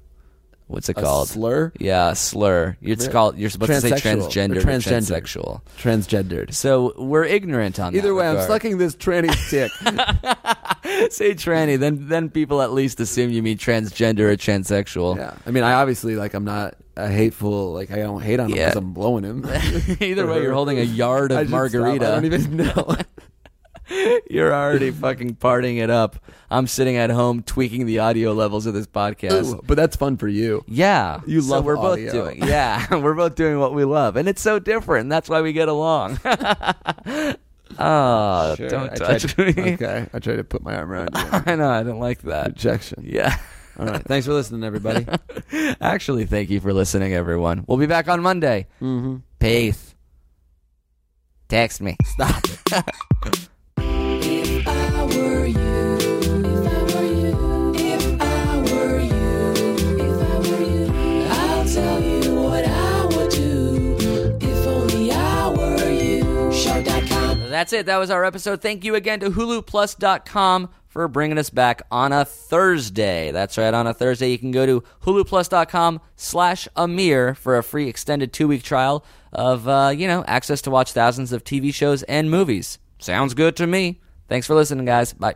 [SPEAKER 2] what's it
[SPEAKER 1] a
[SPEAKER 2] called?
[SPEAKER 1] slur
[SPEAKER 2] Yeah, a slur. You're called. You're supposed to say
[SPEAKER 1] Transsexual.
[SPEAKER 2] transgender,
[SPEAKER 1] Or
[SPEAKER 2] or
[SPEAKER 1] transgender.
[SPEAKER 2] transsexual.
[SPEAKER 1] transgendered.
[SPEAKER 2] So we're ignorant on that.
[SPEAKER 1] Either way, I'm
[SPEAKER 2] regard.
[SPEAKER 1] sucking this tranny's dick.
[SPEAKER 2] Say tranny, then then people at least assume you mean transgender or transsexual.
[SPEAKER 1] yeah, I mean, I obviously like I'm not a hateful. Like I don't hate on him
[SPEAKER 2] Yeah.
[SPEAKER 1] because I'm blowing him.
[SPEAKER 2] Either way, you're holding a yard
[SPEAKER 1] I
[SPEAKER 2] of
[SPEAKER 1] should stop.
[SPEAKER 2] margarita.
[SPEAKER 1] I don't even know.
[SPEAKER 2] You're already fucking partying it up. I'm sitting at home tweaking the audio levels of this podcast.
[SPEAKER 1] Ooh, but that's fun for you.
[SPEAKER 2] Yeah,
[SPEAKER 1] You
[SPEAKER 2] So
[SPEAKER 1] love
[SPEAKER 2] we're both
[SPEAKER 1] audio.
[SPEAKER 2] doing. Yeah, we're both doing what we love, and it's so different. and That's why we get along. oh, don't
[SPEAKER 1] I
[SPEAKER 2] touch
[SPEAKER 1] tried-
[SPEAKER 2] me.
[SPEAKER 1] Okay, I tried to put my arm around you.
[SPEAKER 2] I know. I don't like that.
[SPEAKER 1] Rejection.
[SPEAKER 2] Yeah.
[SPEAKER 1] All right. Thanks for listening, everybody.
[SPEAKER 2] Actually, thank you for listening, everyone. We'll be back on Monday. Mm-hmm. Peace. Text me. Stop.
[SPEAKER 7] If I were you, if I were you, if I were you, if I were you, I'll tell you what I would do. If only I were you. Shark.com.
[SPEAKER 2] That's it. That was our episode. Thank you again to HuluPlus.com for bringing us back on a Thursday. That's right, on a Thursday. You can go to HuluPlus.com slash Amir for a free extended two-week trial of, uh, you know, access to watch thousands of TV shows and movies. Sounds good to me. Thanks for listening, guys. Bye.